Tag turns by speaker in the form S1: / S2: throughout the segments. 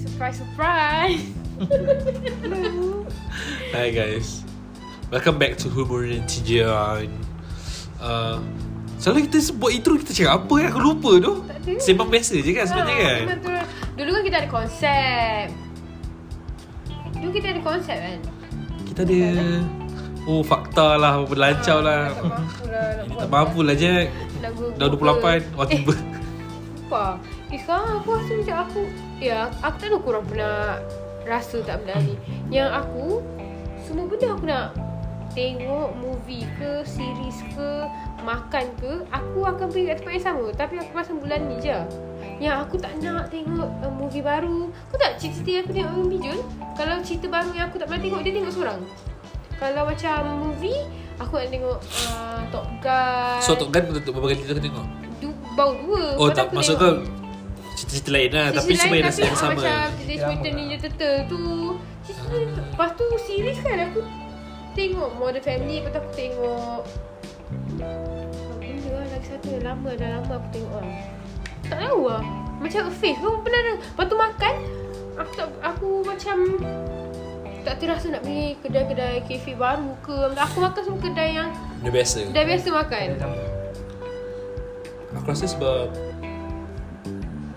S1: surprise, surprise.
S2: Hi guys Welcome back to Humor dan Tijian uh, Selalu kita buat intro Kita cakap apa kan Aku lupa tu
S1: Tak ada.
S2: Sembang biasa je kan sebenarnya
S1: Ah,
S2: kan
S1: memang turun. Dulu kan kita ada konsep. Dulu kita ada konsep kan.
S2: Kita ada Oh fakta lah Berlancau
S1: Ah,
S2: lah
S1: Tak mampu lah. nak
S2: Ini
S1: buat
S2: tak mampu lah Jack
S1: Lagu Eh.
S2: Dah 28 Wah tiba
S1: Apa? Eh sekarang aku rasa macam aku Ya aku tak tahu korang pernah Rasa tak benda ni Yang aku Semua benda aku nak Tengok movie ke Series ke Makan ke Aku akan pergi kat tempat yang sama Tapi aku pasang bulan ni je Yang aku tak nak tengok uh, movie baru Kau tak cerita yang aku tengok dengan Bijul Kalau cerita baru yang aku tak pernah tengok Dia tengok seorang Kalau macam movie Aku nak tengok uh, Top Gun
S2: So Tok Gun Berapa kali kita tengok
S1: du, baru dua Lepas tu
S2: Oh tak
S1: aku
S2: Maksud
S1: tengok.
S2: kau Cerita-cerita lain lah
S1: Cerita
S2: Tapi
S1: lain
S2: semua yang rasa
S1: tapi,
S2: yang
S1: ah,
S2: sama
S1: Macam Teenage
S3: Drama
S2: lah.
S1: Mutant Ninja Turtle tu cerita dia tu-
S2: Ah.
S1: Lepas tu series kan aku Tengok Modern Family
S2: Ya.
S1: Lepas tu aku tengok Apa Benda lah lagi satu yang lama Dah lama aku tengok lah Tak tahu lah Macam a face Kau pernah ada Lepas tu makan Aku tak Aku macam Tak terasa nak pergi Kedai-kedai Cafe baru ke Aku makan semua kedai yang
S2: Benda biasa
S1: Dah biasa makan
S2: Aku rasa sebab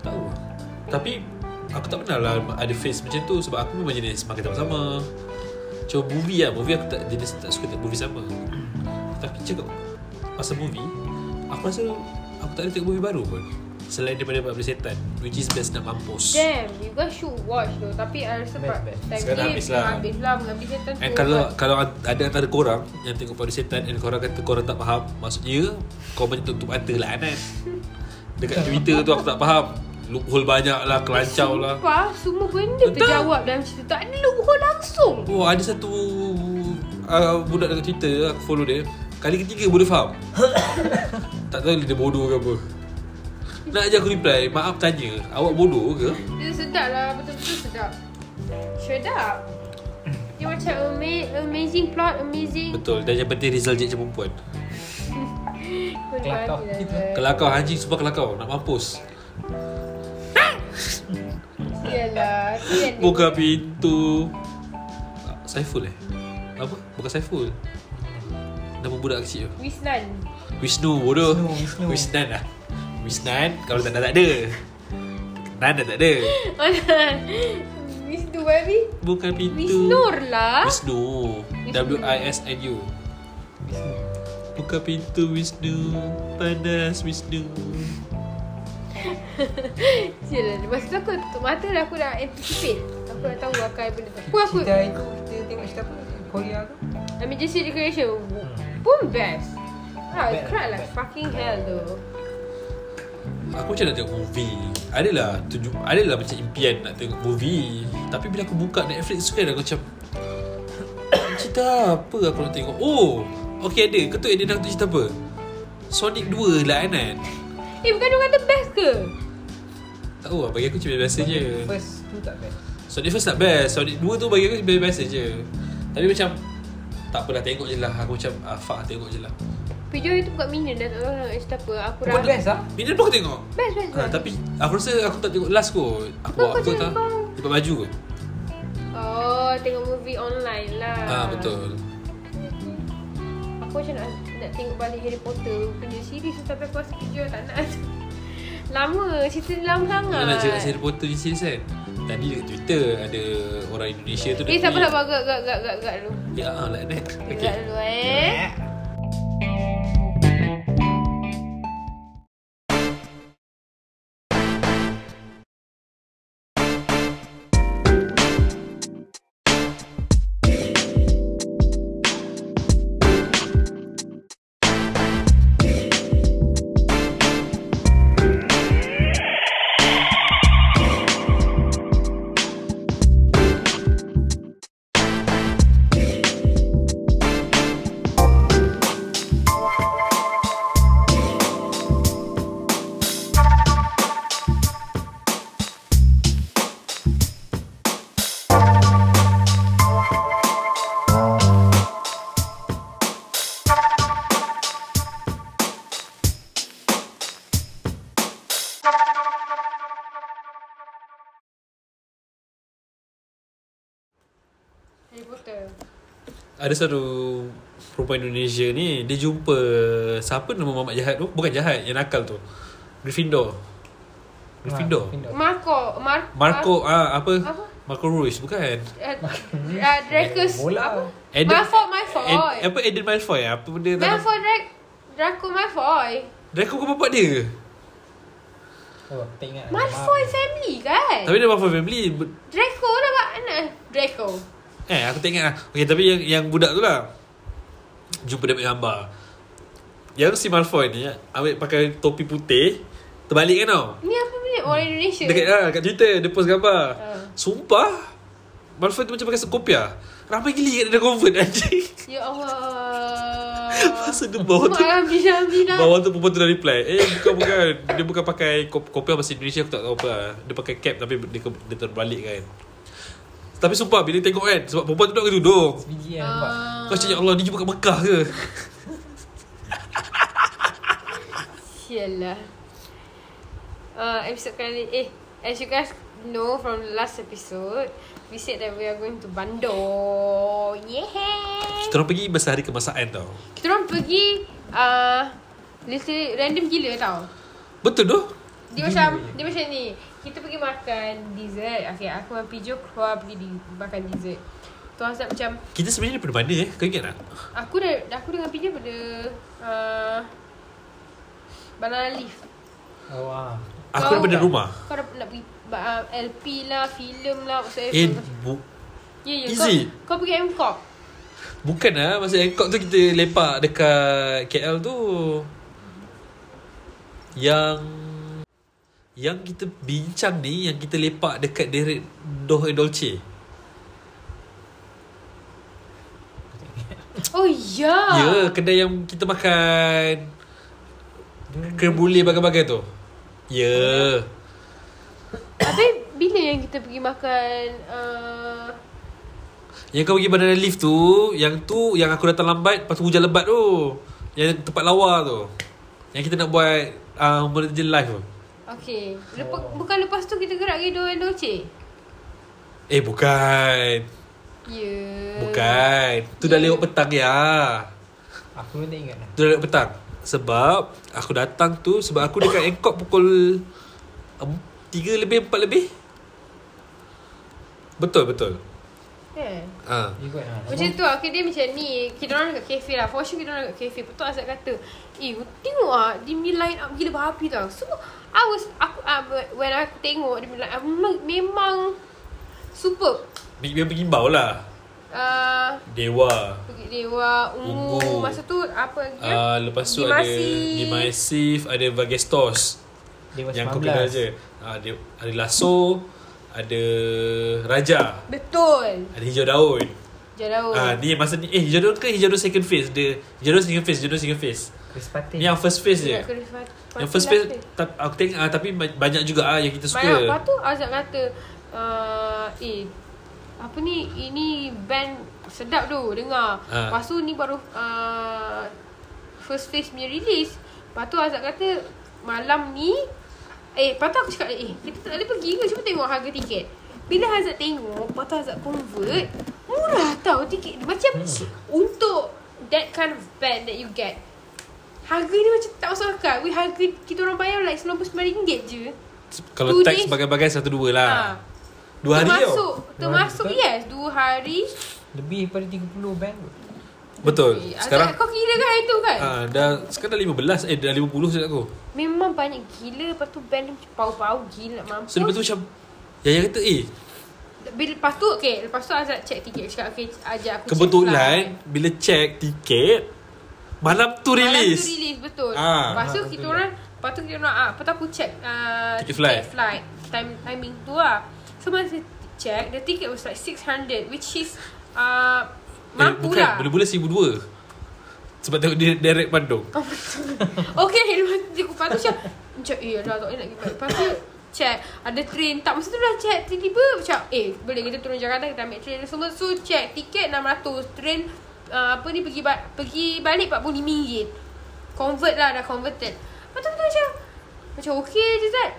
S2: Tak tahu lah. Tapi Aku tak pernah lah ada face macam tu Sebab aku memang jenis makan sama-sama Cuma movie lah Movie aku tak jenis tak suka tengok movie sama Tapi cakap Pasal movie Aku rasa Aku tak ada tengok movie baru pun Selain daripada 14 Setan Which is best nak mampus
S1: Damn, you guys should watch though. Tapi I rasa
S3: Best,
S1: pra-
S3: best.
S1: time
S2: Sekarang
S1: ni
S2: habis lah.
S1: Habis lah, menghabis setan
S2: And
S1: tu.
S2: kalau kalau ada antara korang yang tengok pada setan and korang kata korang tak faham, maksudnya komen tutup mata lah Anan. Dekat Twitter tu aku tak faham. Loophole banyak lah, kelancau lah.
S1: Sumpah, semua benda
S2: Betul.
S1: terjawab dalam cerita. Tak ada lubuk langsung.
S2: Oh, ada satu uh, budak dekat Twitter, aku follow dia. Kali ketiga boleh faham. tak tahu dia bodoh ke apa. Nak je aku reply, maaf tanya, awak bodoh ke?
S1: Dia sedap lah, betul-betul sedap. Sedap. Dia macam ama- amazing plot, amazing.
S2: Betul, dan yang penting result je macam perempuan.
S1: Betul.
S3: Kelakar.
S2: Kelakar, anjing sumpah kelakar, nak mampus.
S1: Yalah, tu yang dia-
S2: Buka pintu Ah, Saiful eh? Apa? Bukan Saiful Nama budak kecil tu
S1: Wisnan.
S2: Wisnu bodoh
S3: Wisnu, Wisnu.
S2: Wisnan lah Wisnan Kalau tak ada tak ada Nan dah tak ada
S1: Wisnu, baby.
S2: Buka pintu
S1: Wisnur lah.
S2: Wisnu W-I-S-N-U Buka pintu Wisnu Panas Wisnu
S1: Yalah, lepas tu aku tutup mata dah aku dah anticipate. Aku dah tahu akan benda tu. Aku, aku,
S3: Cerita itu kita tengok cerita apa? Korea tu.
S1: Emergency declaration pun best. Ah, I
S3: Best,
S1: cried like
S3: best.
S1: fucking hell though.
S2: Aku macam nak tengok movie Adalah tuju, Adalah macam impian Nak tengok movie Tapi bila aku buka Netflix tu kan Aku macam Cerita apa aku nak tengok Oh Okay ada Ketuk dia nak cerita apa Sonic 2 lah Anan
S1: Eh, bukan dia kata best ke?
S2: Tak tahu lah Bagi aku macam biasa je
S3: First tu tak best.
S2: Sonic first tak best Sonic 2 tu bagi aku macam biasa je Tapi macam Tak apalah tengok je lah Aku macam ah, Fuck tengok je lah
S1: Video itu bukan minum dah tak tahu nak cerita apa. Aku
S3: Bukan
S1: rasa
S3: best lah.
S2: Bila pun aku tengok
S1: best best.
S2: ha,
S1: best.
S2: Tapi Aku rasa aku tak tengok last kot Aku
S1: Apa kau
S2: waktu
S1: cakap
S2: tak
S1: kau?
S2: Lepas baju kot
S1: Oh, tengok movie online lah.
S2: Ah betul
S1: Aku macam nak, nak tengok balik Harry Potter punya series tu, tapi aku rasa video tak nak. lama, cerita dia lama sangat.
S2: Kau nak cakap Harry Potter ni series kan Tadi dekat Twitter ada orang Indonesia tu
S1: Eh, sabar sabar gak gak gak gak gak dulu.
S2: Ya ah, lah ni Okay
S1: Gak dulu eh.
S2: Ada satu perempuan Indonesia ni Dia jumpa Siapa nama mamat jahat tu Bukan jahat Yang nakal tu Gryffindor
S3: Ah,
S2: Gryffindor
S1: Marco Mar
S2: Marco ah apa
S1: Apa?
S2: Marco Ruiz bukan
S1: Uh, uh, Dracus
S3: Bola. lah.
S1: Malfoy, Malfoy.
S2: Ed, apa Eden Malfoy apa benda tak nama-
S1: Malfoy Drac Draco Malfoy
S2: Draco bukan bapak dia
S3: Oh, tak ingat.
S1: Malfoy
S3: Maaf.
S1: family kan
S2: Tapi dia Malfoy family Bu-
S1: Draco dah buat anak Draco
S2: Eh aku tak ingat lah Okay tapi yang, yang budak tu lah Jumpa dia ambil gambar Yang si Malfoy ni Ambil pakai topi putih Terbalik kan tau
S1: Ni apa benda orang Indonesia
S2: Dekat lah kat Twitter Dia post gambar
S1: Ha.
S2: Sumpah Malfoy tu macam pakai kopiah Ramai gila kat dia dah convert anjing
S1: Ya Allah
S2: Masa dia bawah tu
S1: Alhamdulillah Alhamdulillah
S2: Bawah tu perempuan tu dah reply Eh bukan bukan Dia bukan pakai kop- kopiah bahasa Indonesia Aku tak tahu apa lah. Dia pakai cap tapi dia, ke- dia terbalik kan Tapi sumpah bila tengok kan Sebab perempuan tu duduk ke tudung
S3: Sebiji yang nampak.
S1: Ah,
S2: Kau cakap ya Allah ni jumpa kat Mekah ke
S1: Sialah uh, Episode kali Eh As you guys know from the last episode We said that we are going to Bandung Yeah
S2: Kita orang pergi masa hari kemasaan tau
S1: Kita orang pergi uh, Literally random gila tau
S2: Betul tu
S1: Dia macam Dia macam ni Kita pergi makan dessert Okay aku dengan Pijo keluar pergi di, makan dessert Tu Azab macam
S2: Kita sebenarnya daripada mana eh Kau ingat tak
S1: Aku dah Aku dengan Pijo pada uh, Banana Leaf
S3: Oh, ah.
S2: Aku
S1: Kau-
S2: daripada rumah
S1: Kau dah nak pergi uh, LP lah Film lah Whatsoever
S2: Eh bu-
S1: Ya ya
S2: is
S1: kau,
S2: it?
S1: kau pergi MCOP
S2: Bukan lah Masa Angkor tu kita lepak dekat KL tu Yang Yang kita bincang ni Yang kita lepak dekat deret Doh and Dolce
S1: Oh ya
S2: Ya yeah, kedai yang kita makan Creme brulee bagai-bagai tu Ya yeah.
S1: Habis bila yang kita pergi makan uh,
S2: Yang kau pergi banana leaf tu Yang tu Yang aku datang lambat Lepas tu hujan lebat tu Yang tempat lawa tu Yang kita nak buat uh, Merger live tu
S1: Okay Lepas, Bukan lepas tu kita gerak pergi Doan Doce
S2: Eh bukan
S1: Ya yeah.
S2: Bukan Tu dah lewat petang ya
S3: Aku pun tak ingat lah. dah.
S2: Tu dah lewat petang Sebab Aku datang tu Sebab aku dekat Angkor pukul um, 3 lebih 4 lebih Betul betul
S1: Yeah.
S2: ha.
S3: You kot, ah.
S1: Macam tu lah. Okay, dia macam ni. Kita orang dekat kafe lah. For sure kita orang dekat kafe. Lepas tu Azad kata, eh tengok lah. Dia punya line up gila berapi tau. Semua, I was, aku, uh, when aku tengok dia punya line up, memang, memang super.
S2: Memang pengimbau lah
S1: Uh,
S2: Dewa
S1: Bukit Dewa, Ungu.
S2: Ungu.
S1: Masa tu apa lagi?
S2: yeah. uh, Lepas tu
S1: Dimasif.
S2: ada Dimasif Ada Vagestos
S3: Dewa
S2: Yang
S3: 19.
S2: kau kenal je uh, ada, ada Lasso Ada Raja
S1: Betul.
S2: Ada Hijau Daun
S1: Jalau.
S2: Ah, ni masa ni eh hijau daun ke hijau daun second phase dia hijau daun second phase hijau daun second phase.
S3: Chris Patin.
S2: Ni yang first phase je.
S1: Nak kena fat-
S2: Yang first
S1: fatilah
S2: phase
S1: ke?
S2: ta- aku tengok ah, tapi ba- banyak juga ah yang kita
S1: Banyak. Lepas
S2: suka.
S1: tu Azad kata uh, Eh Apa ni Ini band Sedap tu Dengar
S2: Ha.
S1: ha. Lepas tu ni baru uh, First phase punya release Lepas tu Azad kata Malam ni Eh Lepas tu aku cakap Eh kita tak boleh pergi ke Cuba tengok harga tiket Bila Azad tengok Lepas tu Azad convert Murah tau tiket dia. Macam hmm. Untuk That kind of band that you get Harga dia macam tak masuk akal We harga Kita orang bayar like RM99 je
S2: Kalau
S1: Two
S2: tax
S1: days.
S2: bagai-bagai satu dua lah.
S1: Ha.
S2: Dua hari
S1: termasuk,
S2: tau.
S1: Termasuk
S3: Betul.
S1: yes Dua hari
S3: Lebih daripada 30 band kot.
S2: Betul.
S1: Eh, Azad,
S2: Sekarang
S1: Kau kira kan itu kan ha.
S2: ah dah sekarang dah 15 eh dah 50 sejak aku.
S1: Memang banyak gila Lepas tu band dia macam Pau-pau gila nak mampus
S2: So lepas tu macam Yaya kata eh
S1: Bila, Lepas tu okay Lepas tu Azad check tiket Cakap okay ajak aku check
S2: kebetulan
S1: flight.
S2: bila check tiket malam tu
S1: Malam tu
S2: rilis.
S1: release betul
S2: Ha.
S1: Lepas tu
S3: Ha,
S1: kita
S3: betul.
S1: orang Lepas tu kita orang ah, Lepas tu aku check uh,
S2: Tiket flight.
S1: flight time, Timing tu lah So masa check The ticket was like 600 Which is uh, Mampu
S2: Eh, bukan,
S1: lah
S2: bulan-bulan 1002. Sebab tengok dia direct Bandung.
S1: Oh, Okay Lepas tu macam Macam eh dah tak boleh nak pergi balik Lepas tu check Ada train tak Masa tu dah check Tiba-tiba macam Eh boleh kita turun Jakarta Kita ambil train semua So check tiket 600 Train uh, apa ni pergi ba- pergi balik RM45 Convert lah dah converted Lepas tu kita macam Macam okay je Zat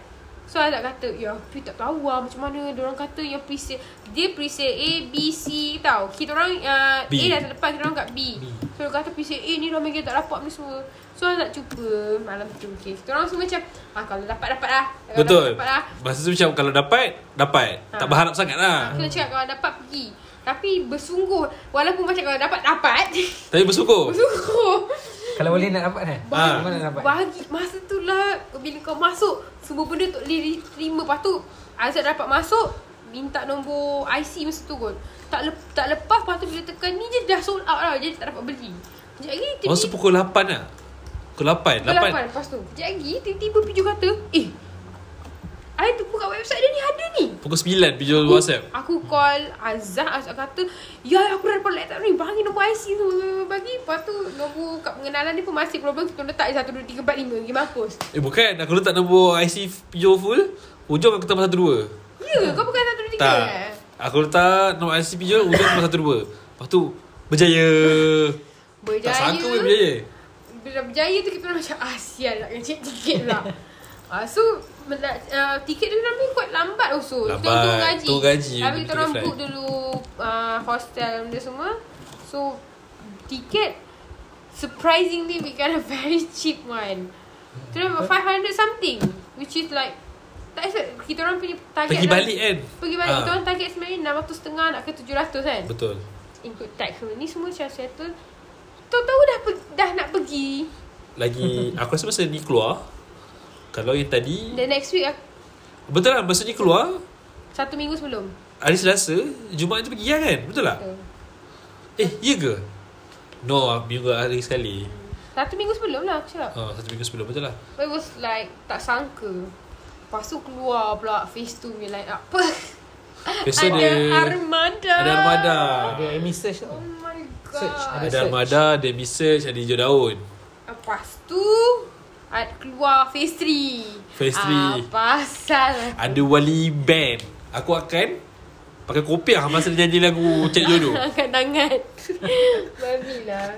S1: So I tak kata Ya aku tak tahu lah Macam mana Diorang kata yang presale Dia presale A, B, C tau Kita orang uh, A
S2: B.
S1: dah terlepas Kita orang kat B,
S3: B.
S1: So dia kata presale A ni Ramai kita tak dapat ni semua So I nak cuba Malam tu okay. Kita orang semua macam ah, Kalau dapat dapat lah Kalau
S2: Betul
S1: dapat, dapat lah
S2: Masa tu macam Kalau dapat Dapat
S1: Ha.
S2: Tak berharap sangat lah
S1: Aku cakap kalau dapat pergi Tapi bersungguh Walaupun macam kalau dapat dapat
S2: Tapi bersyukur
S1: Bersungguh
S3: Kalau boleh nak dapat kan?
S2: Ah.
S3: Mana nak dapat?
S1: Bagi masa tu lah Bila kau masuk Semua benda tu boleh diterima Lepas tu Azad dapat masuk Minta nombor IC masa tu kot Tak, le- tak lepas Lepas tu bila tekan ni Dia dah sold out lah Jadi tak dapat beli Sekejap lagi tiba-tiba
S2: Masa pukul 8 lah Pukul 8
S1: Pukul
S2: 8
S1: lapan lepas tu Sekejap lagi tiba-tiba Piju kata Eh I tu buka website dia ni Ada ni
S2: Pukul 9
S1: Uh.
S2: Video WhatsApp
S1: Aku call Azhar Azhar kata Ya aku dah dapat laptop ni Bagi nombor IC tu Bagi Lepas tu Nombor kat pengenalan ni pun Masih problem Kita letak je 1, 2, 3, 4, 5 Pergi mampus
S2: Eh bukan Aku letak nombor IC Pio full Ujung aku tambah 1-2
S1: Ya kau bukan 1, 2, 3
S2: Tak
S1: eh?
S2: Aku letak nombor IC Pio Ujung tambah 1-2 Lepas tu Berjaya
S1: Berjaya
S2: Tak sangka pun berjaya
S1: Bila berjaya tu Kita orang macam Ah sial nak kena check tiket lah Ah, so mela- uh, tiket dia orang pun kuat lambat also Kita
S2: Lambat.
S1: tunggu gaji
S2: Tunggu gaji
S1: Tapi kita
S2: untuk
S1: orang
S2: flight.
S1: book dulu uh, Hostel dia semua So Tiket Surprisingly we got a very cheap one Kita orang 500 something Which is like Tak expect Kita orang punya target
S2: Pergi
S1: lah-
S2: balik kan
S1: Pergi balik
S2: Ah,
S1: Kita orang target sebenarnya 600 setengah Nak ke 700 kan
S2: Betul
S1: Include tax semua ni semua macam settle Tahu-tahu dah, pe- dah nak pergi
S2: Lagi Aku rasa masa ni keluar Kalau yang tadi
S1: The next week aku-
S2: Betul lah Masa ni keluar
S1: Satu minggu sebelum
S2: Hari Selasa Jumaat tu pergi ya kan Betul tak
S1: Betul.
S2: Eh iya ke No Minggu hari sekali
S1: Satu minggu sebelum lah aku cakap
S2: oh, Satu minggu sebelum Betul lah
S1: But it was like Tak sangka Lepas tu keluar pula Phase 2 punya line up
S2: Besok
S1: Ada
S2: dia
S1: armada
S2: Ada armada
S3: Ada Amy search
S1: Oh
S3: tau.
S1: my god
S3: Search, ada.
S2: Ada armada Ada research Ada hijau daun
S1: Lepas tu ad- Keluar phase 3
S2: Phase three.
S1: Pasal
S2: Ada wali band Aku akan Pakai kopiah Masa dia nyanyi lagu Cek jodoh
S1: Angkat-angkat Babi lah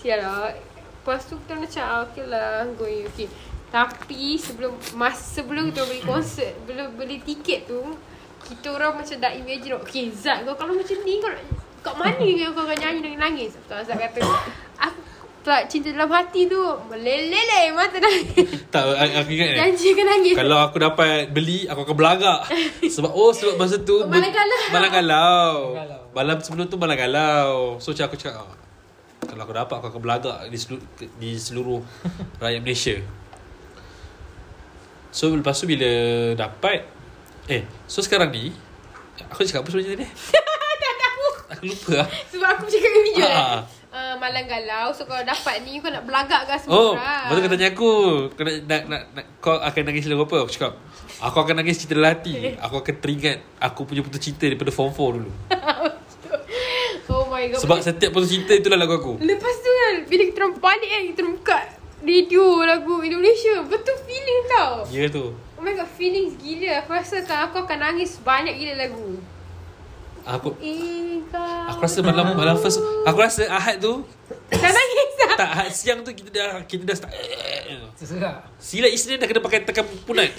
S1: Sial lah Lepas tu kita macam ah, Okay lah Going okay Tapi sebelum Masa sebelum kita beli konsert Belum beli tiket tu Kita orang macam dah imagine Okay Zat kau kalau macam ni Kau nak Kat mana yang kau akan nyanyi dengan nangis Lepas tu Zat kata Aku tak cinta dalam hati tu Meleleh mata nangis
S2: Tak a- Aku ingat eh
S1: Janji akan nangis
S2: Kalau aku dapat beli Aku akan belagak Sebab oh sebab masa
S1: Oh,
S2: tu
S1: malam galau.
S2: Malam galau
S3: Malam galau.
S2: Malam sebelum tu malam galau So macam aku cakap ah, Kalau aku dapat Aku akan belagak Di seluruh, di seluruh Rakyat Malaysia So lepas tu bila dapat Eh so sekarang ni Aku cakap apa sebenarnya tadi
S1: Tak tahu
S2: Aku lupa lah
S1: Sebab aku cakap dengan video
S2: Ah.
S1: kan uh, Malang galau So kalau dapat ni Kau nak belagak kan semua
S2: Oh,
S1: orang
S2: lepas tu kau tanya aku kau, nak, nak, nak, nak, kau akan nangis lagu apa? Aku cakap Aku akan nangis cerita dalam hati Aku akan teringat Aku punya putus cinta daripada form 4 dulu
S1: Oh my god
S2: Sebab setiap putus cinta itulah lagu aku
S1: Lepas tu kan Bila kita orang balik kan Kita orang buka Radio lagu Indonesia Betul feeling tau
S2: Ya tu
S1: Oh my god feelings gila Aku rasa kan aku akan nangis Banyak gila lagu
S2: Aku
S1: Eh kau
S2: aku rasa malam malam first Aku rasa Ahad tu
S1: Tak nangis lah
S2: Tak Ahad siang tu kita dah Kita dah start
S3: Seserah.
S2: Sila Isnin dah kena pakai tekan punat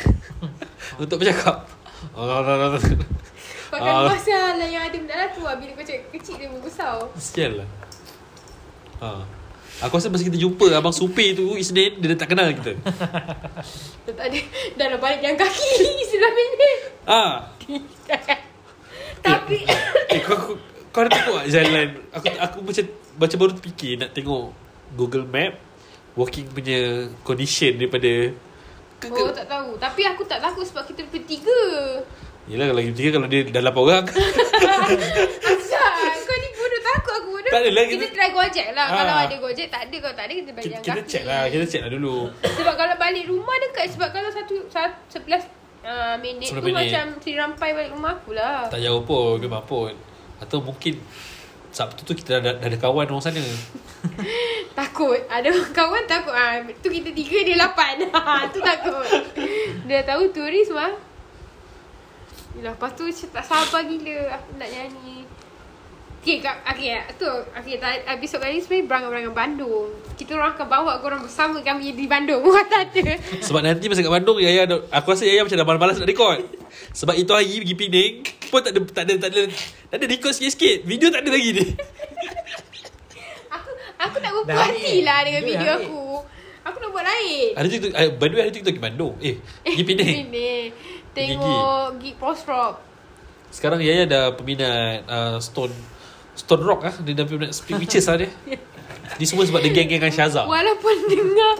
S2: Untuk bercakap Allah Allah Allah
S1: Pakai
S2: Ah.
S1: pasal lah yang ada benda lah tu lah Bila kau cakap kecil dia membesar
S2: Sial lah ha. Aku rasa masa kita jumpa Abang Supi tu Isnin Dia dah tak kenal kita
S1: Dah tak ada Dah nak balik jalan kaki Selama ni
S2: Ah,
S1: Tapi
S2: eh, kau, kau, kau ada tengok tak jalan Aku aku macam Macam baru terfikir Nak tengok Google Map Walking punya Condition daripada ke,
S1: Oh
S2: ke,
S1: tak tahu Tapi aku tak takut sebab kita bertiga
S2: Yelah kalau kita kalau dia Dah 8 orang
S1: Azhar Kau ni bodoh takut aku bodoh
S2: Tak adalah,
S1: Kita
S2: kita-
S1: try gojek lah
S2: Ah.
S1: Kalau ada gojek tak ada Kalau tak ada kita balik
S2: kita,
S1: jalan
S2: kita
S1: kaki
S2: check lah Kita check lah dulu
S1: Sebab kalau balik rumah dekat Sebab kalau satu, satu Sebelas uh, minit tu
S2: Sepuluh minit.
S1: macam Seri rampai balik rumah aku lah
S2: Tak jauh pun Memang pun Atau mungkin Sabtu tu kita dah, dah ada kawan orang sana
S1: Takut Ada kawan takut ah, Tu kita tiga dia lapan Ah, Tu takut Dia tahu turis mah Yelah lepas tu macam tak sabar gila Aku nak nyanyi Okay, kak, okay, tu. Okay, ta- episod kali ni sebenarnya berangan-berangan Bandung. Kita orang akan bawa korang bersama kami di Bandung. Wah, tak ada.
S2: Sebab nanti masa kat Bandung Yaya dah- Aku rasa Yaya macam dah malas-malas nak rekod Sebab itu hari pergi Penang Pun tak ada Tak ada Tak ada, tak ada rekod sikit-sikit Video tak ada lagi ni
S1: Aku aku tak berpuas
S3: Dah ambil.
S1: hati lah dengan
S3: Dia
S1: video
S3: ambil.
S1: aku. Aku nak buat lain.
S2: Hari tu eh, By the way hari tu kita pergi Bandung Eh pergi Penang
S1: Penang. Tengok gig post rock.
S2: Sekarang Yaya dah peminat uh, Stone Stone Rock lah Dia dah peminat Split Witches lah dia Ni semua sebab dia geng-geng dengan Syazah
S1: Walaupun dengar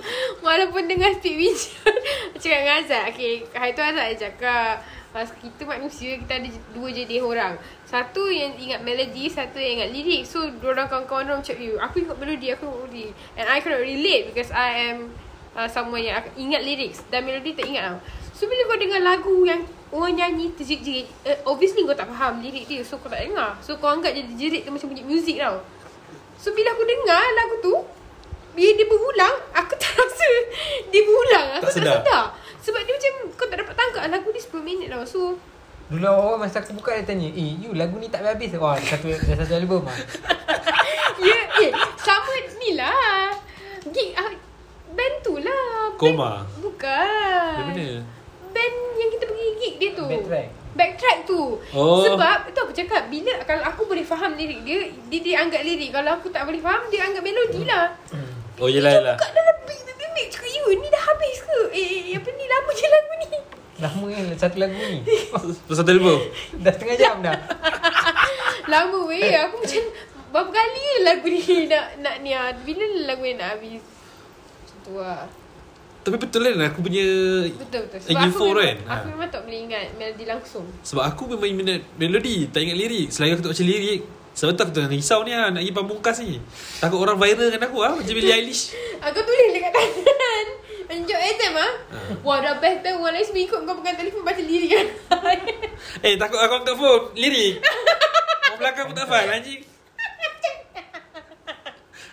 S1: Walaupun dengar Speak Vision Cakap dengan Azad Okay Hari tu Azad ada cakap uh, Kita manusia Kita ada j- dua jenis orang Satu yang ingat melody Satu yang ingat lirik So dua orang kawan-kawan orang macam you Aku ingat melody Aku ingat melody And I cannot relate Because I am uh, Someone yang ak- ingat lirik Dan melody tak ingat tau So bila kau dengar lagu yang Orang nyanyi terjerit-jerit uh, Obviously kau tak faham lirik dia So kau tak dengar So kau anggap jadi jerit tu macam bunyi muzik tau So bila aku dengar lagu tu Bila dia berulang Aku tak rasa Dia berulang Aku tak,
S2: Tak sedar.
S1: sedar. Sebab dia macam Kau tak dapat tangkap Lagu ni 10 minit tau So
S3: Dulu orang masa aku buka dia tanya Eh you lagu ni tak habis Wah dah satu, dah satu album lah
S1: Ya eh, Sama ni lah Gig ah, Band tu lah Band-
S2: Koma.
S1: Bukan
S2: Dia mana
S1: Band yang kita pergi gig dia tu
S3: Backtrack.
S1: Backtrack tu
S2: Oh.
S1: Sebab Itu aku cakap Bila kalau aku boleh faham lirik dia Dia dianggap lirik Kalau aku tak boleh faham Dia anggap melodi lah
S2: Oh yelah
S1: Dia
S2: yelah
S1: buka dalam big big big big Cakap you ni dah habis ke Eh eh, apa ni lama je lagu ni
S3: Lama kan satu lagu ni
S2: Pasal telefon
S3: Dah setengah jam dah
S1: Lama weh
S2: Eh.
S1: Aku macam Berapa kali je lagu ni Nak nak ni ah. Bila lagu ni nak habis Macam tu lah
S2: Tapi betul kan aku punya
S1: Betul betul
S2: Eh, info
S1: aku,
S2: kan?
S1: memang, aku
S2: Ha.
S1: memang tak boleh ingat Melody langsung
S2: Sebab aku memang minat melodi Tak ingat lirik Selain aku tak baca lirik Sebab tu aku tengah risau ni lah Nak pergi pamungkas ni Takut orang viral kan aku lah Macam Billie Eilish
S1: Aku Ah, tulis dekat tangan Menjuk exam ah.
S2: Ha.
S1: Wah dah best tau Orang lain semua ikut Kau pegang telefon baca lirik kan
S2: Eh takut aku angkat phone Lirik Orang belakang pun tak faham anjing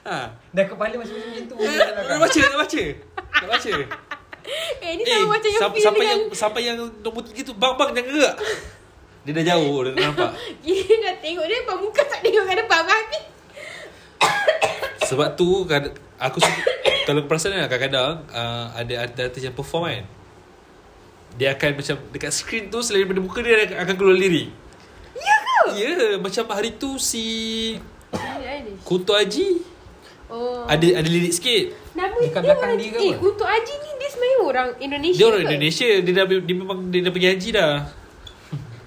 S2: Ha
S3: Dah kepala macam macam tu
S2: Nak baca nak baca Nak baca
S1: Eh ni sama macam yang
S2: sam-
S1: feel
S2: sampai
S1: dengan
S2: yang sampai yang nombor tiga tu bang bang jangan gerak. Dia dah jauh dah nampak.
S1: Gila dah tengok dia Depan muka tak tengok kat depan Mami
S2: Sebab tu kad- aku suka, kalau perasan kan kadang-kadang uh, ada ada artis yang perform kan. Dia akan macam dekat skrin tu selain daripada muka dia dia akan keluar lirik.
S1: Ya ke?
S2: Ya, yeah, macam hari tu si Kunto Haji
S1: Oh.
S2: ada ada lirik sikit.
S1: Nama
S3: Bukan
S1: dia
S3: belakang
S1: orang
S3: dia ke
S1: eh,
S3: apa?
S1: Untuk Haji ni dia sebenarnya orang Indonesia
S2: Dia orang
S1: ke?
S2: Indonesia, dia dah dia memang dia dah pergi haji dah.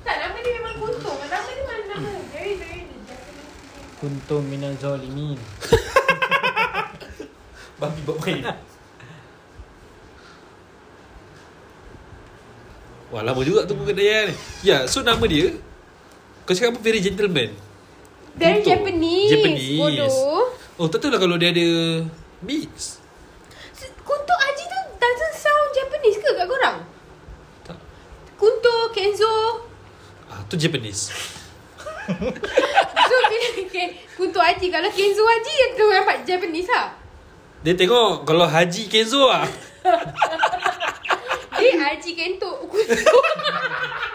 S1: Tak, nama dia memang Kuntung. Nama dia mana nama very very Japanese.
S3: Kuntum minal zalimin
S2: Babi buat main. Wah lama juga tu bukan daya ni. Ya, so nama dia kau cakap apa very gentleman.
S1: Very
S2: Kuntung.
S1: Japanese.
S2: Japanese.
S1: Bodoh.
S2: Oh, tak tahu lah kalau dia ada mix.
S1: S- Kuntung Haji tu doesn't sound Japanese ke kat korang?
S2: Tak.
S1: Kunto, Kenzo.
S2: Ah, tu Japanese.
S1: So bila okay, Kunto Haji kalau Kenzo Haji yang tu nampak Japanese lah.
S2: Dia tengok kalau Haji Kenzo ah.
S1: Dia Haji Kento Kunto.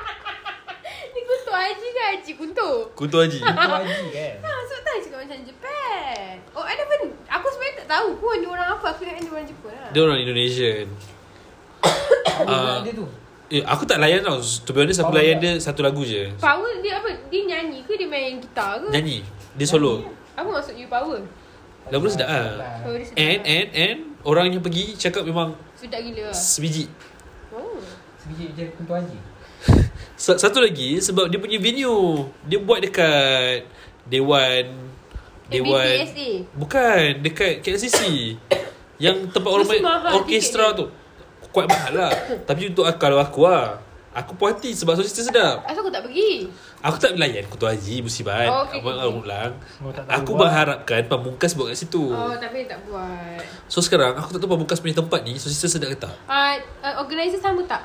S1: Ni Kunto Haji ke Haji Kunto?
S2: Kunto Haji.
S3: Kau haji kan
S1: Ha, sebab tak cakap macam Japan. Oh, I never, aku sebenarnya tak tahu pun dia orang apa. Aku ingat dia orang Jepun lah.
S2: Dia orang Indonesian.
S3: Apa
S2: Ah.
S3: dia tu
S2: Eh, aku tak layan tau. To be honest, aku layan dia satu lagu je.
S1: Power dia apa? Dia nyanyi ke dia main gitar ke?
S2: Nyanyi. Dia solo.
S1: Apa maksud you power?
S2: Lagu dia sedap ah.
S3: Lah.
S1: Power dia sedap.
S2: And, and, and orang yang pergi cakap memang
S1: Sedap gila lah.
S2: sebiji.
S1: Oh.
S3: Sekejap je kuntum haji
S2: Sa- Satu lagi sebab dia punya venue. Dia buat dekat Dewan
S1: Eh,
S2: Dewan
S1: MBTSA.
S2: Bukan dekat KLCC. yang tempat orang
S1: Mesti
S2: main
S1: mahal
S2: orkestra tu. Kuat mahal lah. Tapi untuk aku, kalau aku lah Aku puas hati sebab sosis dia sedap.
S1: Asal aku tak pergi?
S2: Aku tak layan Kutu Haji, Musibat,
S1: Oh,
S2: oh,
S1: okey,
S2: okay, Abang
S1: okey.
S2: Ulang.
S3: Oh, tak tahu
S2: aku ha-
S3: buat.
S2: mengharapkan Pamungkas buat kat situ.
S1: Oh, tapi tak buat.
S2: So sekarang aku tak tahu Pamungkas punya tempat ni sosis dia sedap ke tak.
S1: Uh, uh, organizer sama tak?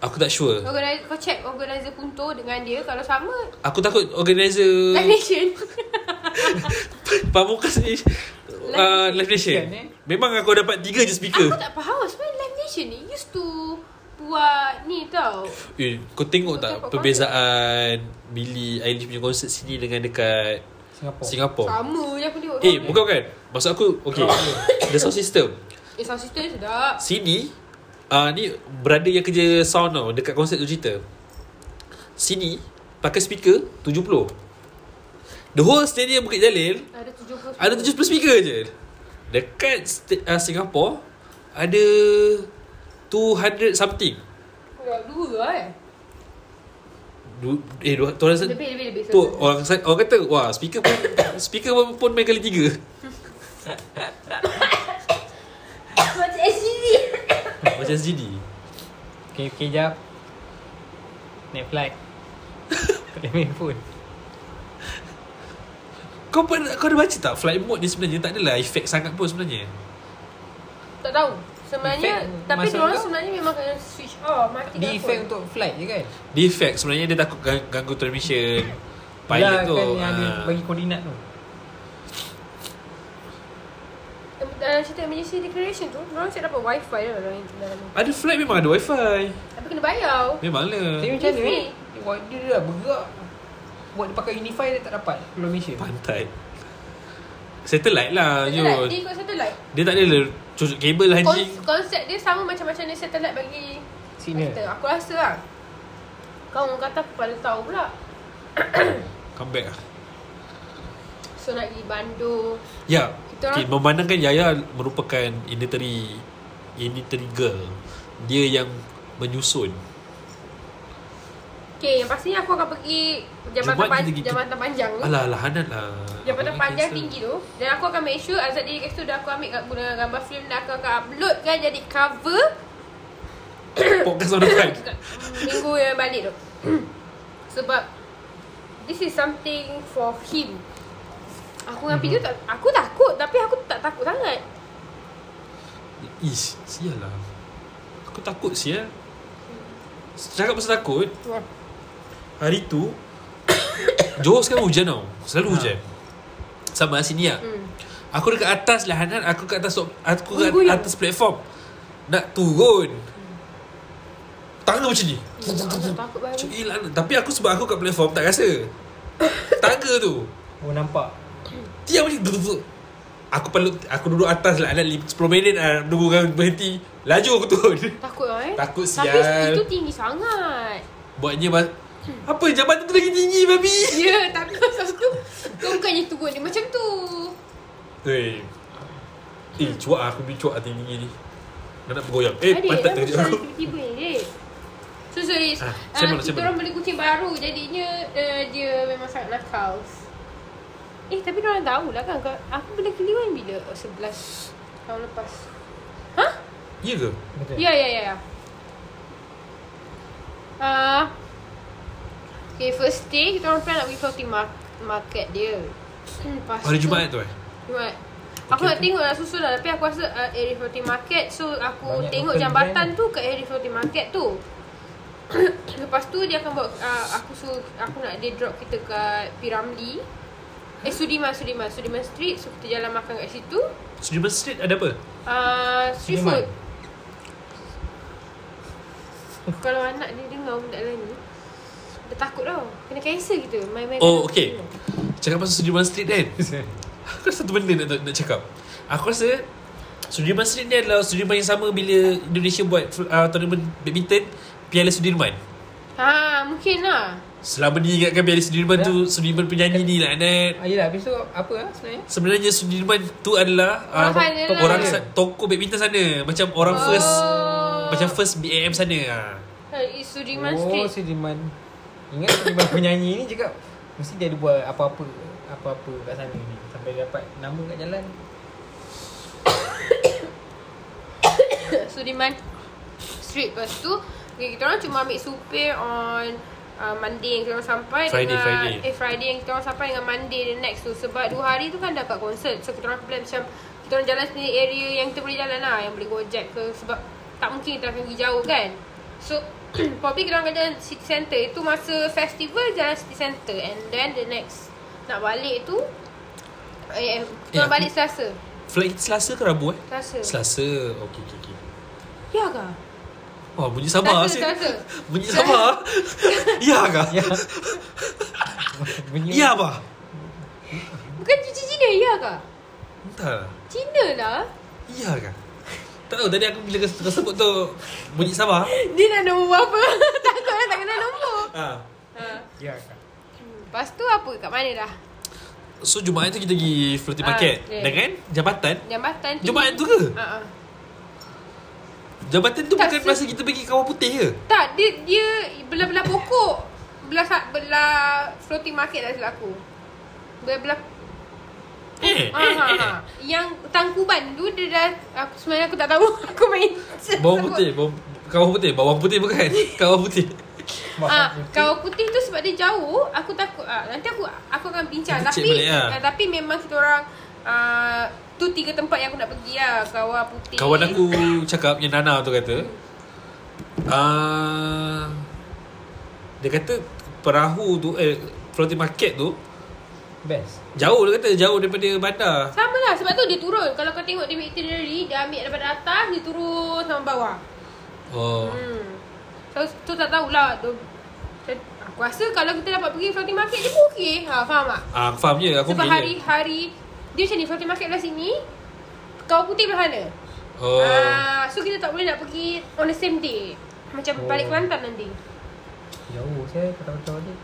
S2: Aku tak sure.
S1: Organizer, kau check organizer Kunto dengan dia. Kalau sama,
S2: Aku takut organizer
S1: Live Nation.
S2: Pamungkas ni uh, Live Nation
S3: Nation, eh?
S2: Memang aku dapat tiga je speaker
S1: kan, aku tak faham sebenarnya Live Nation ni used to buat ni tau.
S2: Eh, kau tengok
S1: Kau
S2: tak
S1: tengok
S2: perbezaan Billie Eilish punya konsert sini dengan dekat
S1: Oh.
S3: Singapore.
S2: Singapore
S1: Sama je aku tengok
S2: Eh
S1: drama.
S2: bukan bukan Maksud aku Okay The sound system
S1: Eh sound system sedap
S2: Sini uh, Ni Brother yang kerja sound tau Dekat konsert tu cerita Sini Pakai speaker 70 The whole stadium Bukit Jalil
S1: Ada 70
S2: Ada 70 speaker je Dekat sta- uh, Singapore Ada 200 something
S1: Dah dua eh
S2: du, Eh 200
S1: Lebih lebih lebih
S2: Tu orang sa- orang kata wah speaker pun speaker pun, pun main kali tiga.
S1: Macam SGD
S2: Macam SGD.
S3: Okay, okay jap. Naik flight. Boleh main phone.
S2: Kau pernah kau ada baca tak flight mode ni sebenarnya tak adalah efek sangat pun sebenarnya.
S1: Tak tahu Sebenarnya
S3: Effect
S1: Tapi
S3: masa
S1: diorang
S3: kau-
S1: sebenarnya memang kena switch off Mati
S3: Dia effect untuk flight je kan?
S2: Dia efek sebenarnya dia takut gang- ganggu transmission pilot
S3: Yelah,
S2: tu.
S3: Kan yang dia
S2: ah.
S3: bagi koordinat tu.
S1: Dalam cerita emergency declaration tu Diorang siap dapat wifi lah dalam, dalam
S2: Ada flight memang ada wifi. lah.
S1: Tapi kena bayar
S2: Memanglah.
S3: Tapi macam mana?
S1: Effect.
S3: eh? Dia buat dia dah bergerak. Buat dia pakai unify dia tak dapat. Keluar Malaysia.
S2: Pantai. Satellite lah
S1: Satellite Dia
S2: Jun.
S1: ikut satellite
S2: Dia tak adalah cucuk kabel lah anjing.
S1: Kons- Konsep dia sama macam-macam ni satellite bagi
S3: Signal.
S1: kita Aku rasa lah Kau orang kata aku paling tahu pula
S2: Come back lah.
S1: So nak pergi Bandung
S2: Ya.
S1: Kita
S2: Okay,
S1: orang-
S2: memandangkan Yaya merupakan unitary unitary girl. Dia yang menyusun.
S1: Okay yang pastinya aku akan pergi Jabatan,
S2: Jumaat
S1: pan-
S2: kita pergi-
S1: jabatan panjang tu
S2: Alah, alah, Hanan lah.
S1: Jabatan
S2: Apa
S1: panjang
S2: lagi
S1: tinggi tu Dan aku akan make sure Azad diri kat situ Dan aku ambil kat- guna gambar film Dan aku akan upload kan Jadi cover
S2: Insta? Podcast on the time.
S1: kat Minggu yang balik tu Sebab This is something for him Aku dengan
S2: Mhm.
S1: Pizu tak Aku takut Tapi aku tak takut sangat
S2: Ish, sial lah. Aku takut sial. Cakap pasal takut, hari tu, Johor sekarang hujan tau. Selalu hujan. Sama sini lah.
S1: Hmm.
S2: Aku dekat atas lah Hanan. Aku kat atas, aku kat
S1: Menggoyang.
S2: atas platform. Nak turun. Tangan macam ni.
S1: Aku takut
S2: Macam
S1: baru
S2: hilang Tapi aku sebab aku kat platform Tak rasa Tangga tu
S3: Oh nampak.
S2: Tiap macam duduk Aku perlu Aku duduk atas lah Anak 10 minit lah Nunggu orang berhenti Laju aku turun
S1: Takut lah eh
S2: Takut
S1: Tapi
S2: sial.
S1: itu tinggi sangat
S2: Buatnya mas- Apa jabatan tu lagi tinggi babi
S1: Ya tapi pasal tu Kau bukannya turun dia macam tu
S2: Weh Eh cuak lah Aku punya cuak lah tinggi ni Nak nak bergoyang Eh
S1: Adik,
S2: pantat
S1: kenapa
S2: terkejut
S1: pasal
S2: aku
S1: Tiba-tiba ni adik So sorry
S2: Ah,
S1: ah,
S2: macam mana, macam
S1: Kita
S2: mana?
S1: orang beli kucing baru Jadinya uh, dia memang sangat nakal Eh tapi orang tahu lah kan kau- Aku beli keliwan bila Oh, 11 tahun lepas Hah?
S2: Ya ke?
S3: Betul.
S1: Ya ya ya ya Ah, Okay first day Kita orang plan nak pergi floating mar- market dia Hmm, lepas
S2: Hari
S1: tu-
S2: Jumaat tu eh
S1: Jumaat. Aku
S2: Okay.
S1: nak tengok nak susul lah Tapi aku rasa uh, Area Floating Market So aku
S3: Banyak
S1: tengok
S3: local
S1: jambatan
S3: brand.
S1: tu Kat area Floating Market tu Lepas tu dia akan buat uh, Aku suruh Aku nak dia drop kita kat Piramli Eh
S2: Hmm?
S1: Sudiman Sudiman Sudiman Street So kita jalan makan kat situ
S2: Sudirman Street ada apa?
S1: uh, Street
S3: Sudirman.
S1: food Kalau anak dia dengar Budak lain ni Dia takut tau Kena cancel kita Main-main
S2: Oh
S1: kat
S2: okay
S1: dalam
S2: Cakap pasal Sudirman Street kan Aku ada satu benda nak, nak cakap Aku rasa Sudirman Street ni adalah Sudirman yang sama Bila Indonesia buat uh, Tournament badminton Piala Sudirman
S1: tu. Ha mungkin lah
S2: Selama ni ingatkan Piala Sudirman
S3: Ya.
S2: tu Sudirman penyanyi ni lah Nat
S3: Ah, yelah, habis tu apa lah sebenarnya?
S2: Sebenarnya Sudirman tu adalah uh,
S1: Orang sana lah.
S2: Orang sa- toko badminton sana Macam orang oh. first Macam first BAM sana ha.
S1: Hey, It's Sudirman
S3: oh,
S1: Street.
S3: Sudirman. Ingat Sudirman penyanyi ni cakap mesti dia ada buat apa-apa apa-apa kat sana ni sampai dia dapat nama kat jalan.
S1: Sudirman Street. Lepas tu, okay, kita orang cuma ambil supir on uh, Monday yang kita orang sampai
S2: Friday,
S1: dengan
S2: Friday.
S1: eh Friday yang kita orang sampai dengan Monday the next tu sebab dua hari tu kan dah kat konsert. So kita orang plan macam kita orang jalan sendiri area yang kita boleh jalan lah, yang boleh gojek ke sebab tak mungkin kita akan pergi jauh kan. So probably kita orang akan jalan city centre. Itu masa festival jalan city centre and then the next nak balik tu eh, eh,
S2: Eh,
S1: kita orang
S2: aku-
S1: balik Selasa.
S2: Flight Selasa ke Rabu eh?
S1: Selasa.
S2: Selasa Okay okay okay
S1: Ya ke?
S2: Wah bunyi
S1: Selasa,
S2: sama asyik.
S1: Selasa.
S2: Bunyi sama Ya kah?
S3: Ya. Bunyi
S2: Ya bah
S1: Bukan cuci Cina ya kak?
S2: Entahlah
S1: Cina lah
S2: Ya kan Tak tahu tadi aku bila kes- tersebut tu Bunyi sama
S1: Dia nak nombor berapa? Takut lah tak kenal nombor
S2: ha.
S1: ha.
S3: Ya kak
S1: Hmm, Lepas tu apa? Kat mana dah?
S2: So Jumaat tu kita pergi floating
S1: Ah,
S2: market
S1: yes.
S2: Dengan jabatan
S1: Jambatan tinggi
S2: Jumaat tu ke?
S1: Ha, ha.
S2: Jabatan tu
S1: Tak,
S2: bukan
S1: se-
S2: masa kita pergi kawah putih ke?
S1: Tak, dia dia belah-belah pokok. Belah sa- belah floating market tak silap aku. Belah-belah
S2: Eh,
S1: ha, ha, ha. Yang tangkuban tu dia dah aku sebenarnya aku tak tahu. Aku main.
S2: Bawang putih bawang, Kawah putih Bawang putih bukan Kawah putih
S1: Ah, kau putih tu sebab dia jauh, aku takut ah, nanti aku aku akan bincang
S2: Kita check
S1: tapi
S2: balik lah.
S1: ah, tapi memang kita orang ah, tu tiga tempat yang aku nak pergi lah, kawah putih.
S2: Kawan aku cakap Yang Nana tu kata uh, Dia kata Perahu tu Eh Floating market tu
S3: Best
S2: Jauh dia kata Jauh daripada bandar
S1: Sama lah sebab tu dia turun. Kalau kau tengok dia itinerary, dia ambil daripada atas, dia turun sama bawah.
S2: Oh
S1: Hmm. So, so tak tahulah tu. Aku rasa kalau kita dapat pergi floating market dia pun okey. Ha, faham tak?
S2: Ah, aku faham je Aku
S1: Sebab
S2: okey je.
S1: hari-hari dia macam ni floating market belah sini. Kau putih belah sana.
S2: Oh
S1: Ah, so kita tak boleh nak pergi on the same day. Macam
S3: Oh.
S1: balik Kelantan nanti.
S3: Jauh saya Kata-kata balik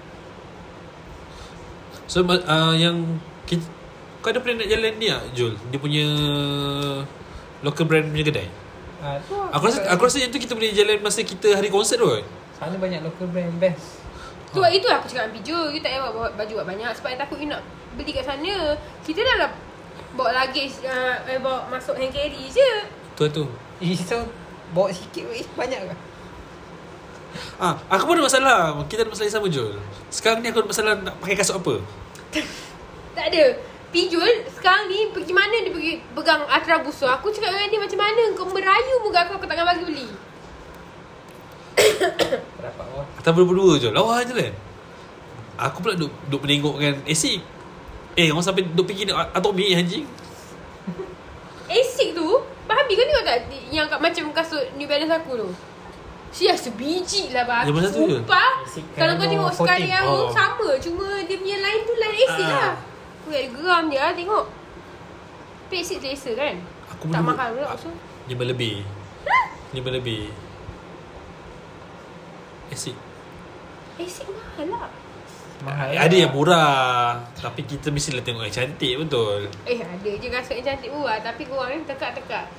S2: So ma- uh, yang kita, Kau ada plan nak jalan ni tak Jul Dia punya Local brand punya kedai
S3: Ah, tu
S2: Aku rasa aku rasa yang tu kita boleh jalan Masa kita hari konsert tu kan
S3: Sana banyak local brand best
S1: Tu oh. itu aku cakap dengan Pijo, you tak payah bawa baju buat banyak sebab I takut you nak beli kat sana. Kita dah lah bawa luggage uh, eh, bawa masuk hand carry je.
S2: Tu lah tu
S3: Eh so Bawa sikit weh Banyak kak
S2: Ah, aku pun ada masalah. Kita ada masalah yang sama Jul. Sekarang ni aku ada masalah nak pakai kasut apa.
S1: Tak ada. Pijul sekarang ni pergi mana dia pergi pegang Atra Buso. Aku cakap dengan dia macam mana kau merayu muka aku aku takkan bagi beli.
S3: Tak dapat bawa
S2: Atau berdua-dua je. Lawa je kan. Aku pula duk, duk menengok dengan AC. Eh, orang sampai duk fikir nak atomik anjing.
S1: Asik tu, Bahabi kau tengok tak di- yang kat macam kasut New Balance aku tu? Sia sebiji lah bah.
S2: Yang mana satu je?
S1: Sumpah.
S3: Asics
S1: Kalau kau
S3: Kano
S1: tengok
S3: 14.
S1: sekali yang
S2: Oh.
S1: oh. sama. Cuma dia punya line tu line asik
S2: Ah.
S1: lah. Weh, geram dia lah tengok. Pay asik selesa kan?
S2: Aku
S1: tak
S2: menunggu-
S1: mahal pula so.
S2: Lima lebih. Lima lebih. AC.
S1: Asik mahal lah.
S3: Mahal
S2: Ada
S1: Ya.
S2: yang murah. Tapi kita mestilah tengok yang cantik betul.
S1: Eh ada je kasut yang cantik murah tapi korang ni tekak-tekak.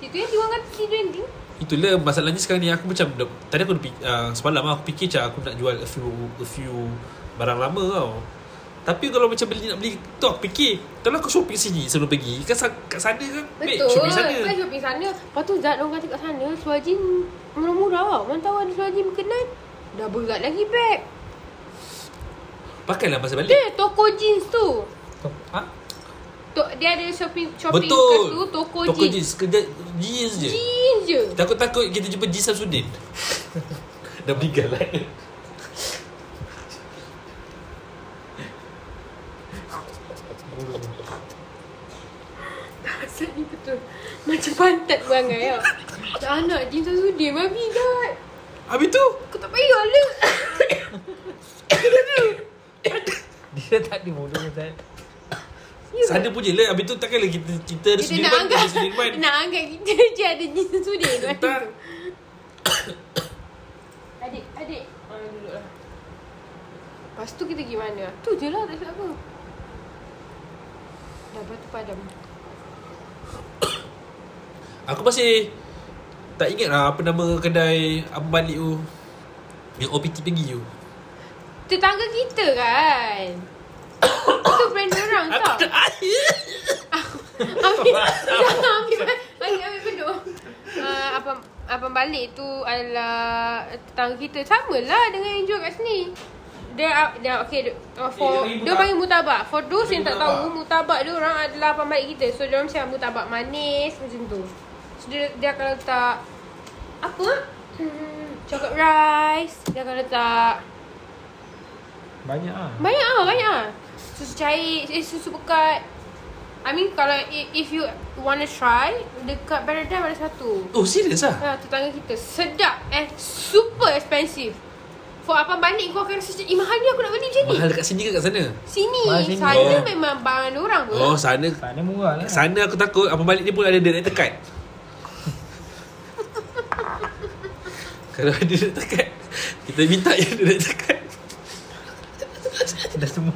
S1: Itu yang diorang kata tidur nanti.
S2: Itulah masalahnya sekarang ni aku macam dah- tadi aku dah, uh, semalam lah aku fikir macam aku nak jual a few a few barang lama tau. Tapi kalau macam beli nak beli tu aku fikir kalau aku shopping sini sebelum pergi kan sa- kat sana kan
S1: Betul.
S2: babe,
S1: Kan?
S2: shopping sana.
S1: Kau shopping sana. Lepas tu Zat orang kata kat sana Suhajin murah-murah tau. Mana tahu ada Suhajin berkenan. Dah berat lagi beg.
S2: Pakailah masa balik.
S1: Dia toko jeans tu.
S3: Ha?
S1: To- dia ada shopping shopping
S2: Betul.
S1: tu toko,
S2: Toko
S1: jeans.
S2: jeans. Kerja jeans je.
S1: Jeans je.
S2: Takut-takut kita jumpa Jisam Sudin. Dah meninggal lah.
S3: Buruk
S1: Asal ni betul. Macam pantat bangai tau. Tak anak jeans tu sudi babi kat.
S2: Habis tu
S1: Kau tak payah lah.
S3: Dia tak ada bodoh Ustaz
S1: Ya.
S2: sana punya lah. Habis tu takkanlah kita kita ada
S1: Kita nak
S2: Sudirman,
S1: anggap
S2: ada Sudirman.
S1: Nak anggap kita je ada jeans tu sudi kat situ.
S2: Tak.
S1: Adik, adik. Ah, duduk lah. Lepas tu kita pergi mana? Tu je lah tak silap aku. Dah batu padam.
S2: Aku masih tak ingat lah apa nama kedai apa balik tu. Yang OPT pergi tu.
S1: Tetangga kita kan. Itu brand orang tau.
S2: Aku tak
S1: Ambil, jangan ambil, ambil, ambil penuh. Uh, abang, abang balik tu adalah tetangga kita. Sama lah dengan yang jual kat sini. Dia, dia okay, uh, for,
S2: Eh, dia panggil
S1: dia panggil mutabak.
S2: mutabak.
S1: For those yang tak
S2: Mutabak.
S1: tahu, mutabak dia orang adalah abang balik kita. So, dia orang macam mutabak manis macam tu. So, dia, dia akan letak apa? Hmm, chocolate rice. Dia akan letak
S3: Banyak ah.
S1: banyak ah, banyak ah. Susu cair, eh, susu pekat. I mean kalau i- if you want to try, dekat Paradigm ada satu.
S2: Oh serius lah?
S1: Ha, tetangga kita sedap and super expensive. Kau apa balik kau akan rasa macam Eh mahal ni aku nak beli macam ni
S2: Mahal dekat sini ke kat sana?
S1: Sini
S3: Mahal sini.
S1: Sana
S2: Oh.
S1: memang barang orang pun
S2: Oh sana
S3: Sana murah lah
S2: Sana aku takut Apa balik dia pun ada director cut Kalau ada director cut Kita minta yang director cut
S3: Dah semua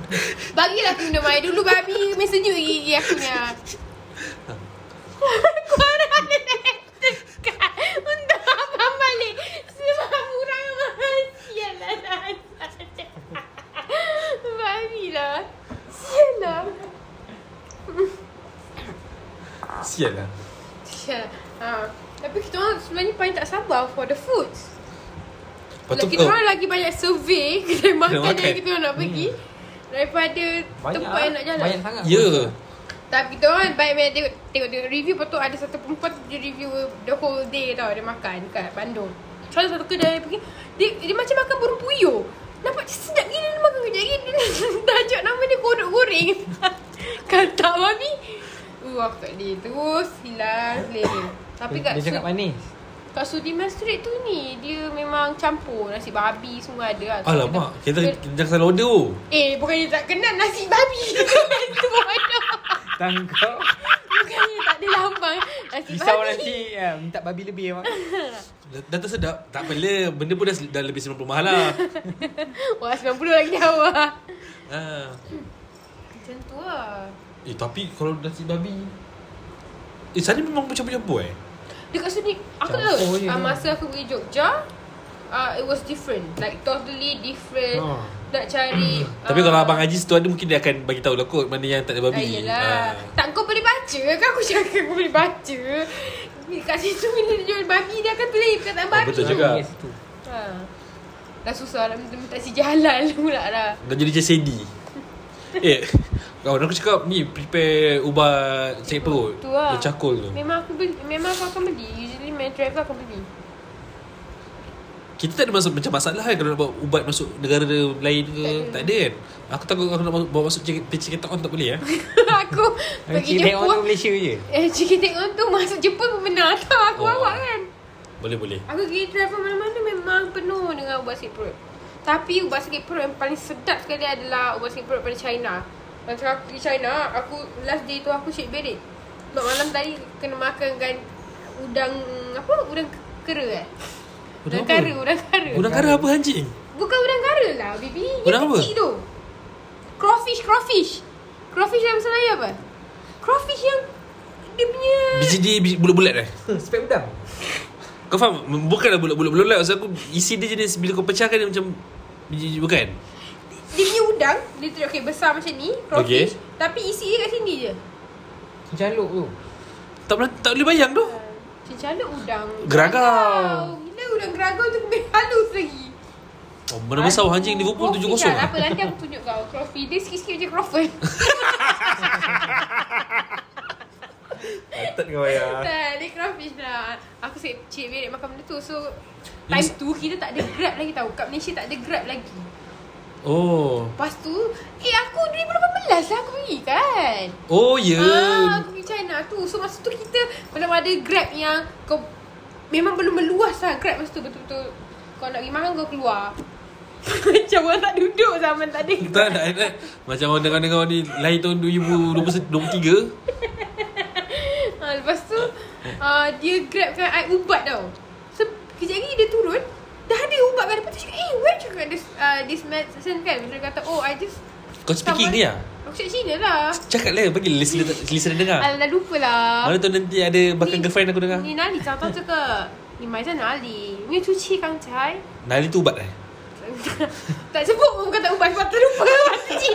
S1: Bagilah aku minum air dulu babi Mesej you gigi aku ni ah. Korang ada dekat Untuk abang balik Sebab murah mahal Sial lah Nazan. Babi lah Sial lah
S2: Sial lah
S1: Sial ha. Tapi kita orang sebenarnya paling tak sabar For the foods
S2: Lepas
S1: Patut,
S2: tu
S1: kita
S2: oh,
S1: orang lagi banyak survey Kedai makan
S2: makan.
S1: yang kita orang nak pergi Daripada tempat yang nak jalan
S3: Banyak sangat
S2: Ya
S1: Tapi kita orang baik banyak tengok, tengok, tengok review Lepas tu ada satu perempuan tu Dia review the whole day tau Dia makan kat Bandung Salah satu kedai pergi Dia, dia macam makan burung puyuh Nampak dia sedap gila Dia makan kejap gila Dia tajuk nama dia kodok goreng Kata mami Uh aku tak boleh Terus hilang selera Tapi
S3: Dia,
S1: kat
S3: dia cakap
S1: Su-
S3: manis
S1: Kat Sudirman Street tu ni Dia memang campur Nasi babi semua ada lah So,
S2: Alamak Kita,
S1: kita-
S2: kita jangan salah order oh.
S1: Eh bukannya tak kenal nasi babi Itu bodoh
S3: Tangkap
S1: Bukannya tak ada lambang Nasi
S3: Risau
S1: babi
S3: nanti ya, Minta babi lebih mak.
S2: Dah, dah tersedap Tak apalah Benda pun dah, dah lebih 90 mahal lah
S1: Wah 90 lagi jauh lah
S2: ha.
S1: Macam tu lah
S2: Eh tapi kalau nasi babi Eh sana memang macam-macam eh
S1: Dekat sini Aku tak
S3: Campur
S1: tahu
S3: je
S1: uh,
S3: dia.
S1: Masa aku pergi Jogja uh, It was different Like totally different
S3: Ha.
S1: Nak cari
S2: Oh. Tapi kalau Abang Haji situ ada Mungkin dia akan bagi tahu lah kot Mana yang tak ada
S1: Ah,
S2: babi
S1: yelah. Tak kau boleh baca Kan aku cakap kau boleh baca Kat situ bila dia jual babi Dia akan tulis perkataan
S2: Ah,
S1: babi
S2: betul
S1: tu.
S2: juga.
S3: Kat situ.
S1: ha. Dah susah nak minta, minta si jalan pula dah
S2: Dah jadi macam Sandy Eh Kawan aku cakap Ni prepare ubat Cek perut
S1: Tu lah.
S2: Yang Cakul tu
S1: Memang aku beli Memang aku akan beli Usually my driver akan beli
S2: Kita tak ada masuk Macam masalah kan Kalau nak buat ubat Masuk negara lain
S1: Tak ada.
S2: ke Tak ada kan Aku takut aku nak bawa masuk Cik Ketak on tak boleh eh
S1: Aku pergi
S3: Cik Beng
S1: Jepun
S3: orang Malaysia je
S1: Eh, Chicken Take On tu masuk Jepun pun benar tau aku
S2: Oh.
S1: oh. awak kan.
S2: Boleh boleh
S1: Aku pergi travel mana-mana memang penuh dengan ubat sakit perut. Tapi ubat sakit perut yang paling sedap sekali adalah ubat sakit perut pada China. Masa aku pergi China, aku last day tu aku cik berit. Sebab malam tadi kena makan dengan udang apa? Udang kera eh. Udang,
S2: Udang
S1: udang
S2: apa?
S1: kara, udang kara.
S2: Udang kara apa anjing
S1: Bukan udang kara lah, baby. Yang
S2: Udang apa?
S1: kecil tu. Crawfish, crawfish. Crawfish dalam bahasa Melayu apa? Crawfish yang dia punya
S2: Biji dia biji bulat-bulat eh
S3: Spek udang
S2: Kau faham Bukanlah bulat-bulat-bulat Maksud aku Isi dia jenis Bila kau pecahkan dia macam Biji bukan
S1: Dia punya udang Dia tu okay, besar macam ni Crawfish
S2: Okey.
S1: okay. Tapi isi dia kat sini je
S3: Jaluk tu
S2: tak, pernah, tak boleh bayang tu
S1: Cincaluk udang
S2: Geragau.
S1: Gila udang geragau tu lebih halus lagi
S2: oh, Mana besar anjing Liverpool eh?
S1: Crawfish
S2: 7-0
S1: tak kan, apa nanti aku tunjuk kau Crawfish Dia sikit-sikit macam Crawford
S2: Pantat kau ya. bayang
S1: Tak dia Crawfish lah Aku sikit cik bilik makan benda tu So Time
S2: Yes.
S1: tu kita tak ada grab lagi tau Kat Malaysia tak ada grab lagi
S2: Oh
S1: Lepas tu Eh aku 2018 lah aku pergi kan
S2: Oh ya
S1: Ah, aku pergi China tu. So masa tu kita belum ada Grab yang kau memang belum meluas lah Grab masa tu betul-betul kau nak pergi makan kau keluar. Macam orang tak duduk zaman tak ada
S2: Tak nak, nak. Macam orang dengar-dengar ni Lahir tahun 2023
S1: ha, Lepas tu uh, Dia grab kan air ubat tau So kejap lagi dia turun Dah ada ubat kan Lepas tu cakap Eh where you got this, uh, this medicine kan Dia kata oh I just
S2: Kau speaking ni lah
S1: Aku cakap Cina lah
S2: Cakap lah Bagi listener, listener dengar
S1: Alah dah lupa lah
S2: Mana tu nanti ada Bakal
S1: Ni-
S2: girlfriend aku dengar
S1: 你哪里找到这个？你埋在哪里？因为出去刚才
S2: Nali tu ubat eh
S1: tak sebut pun bukan tak ubah sebab terlupa mati cik.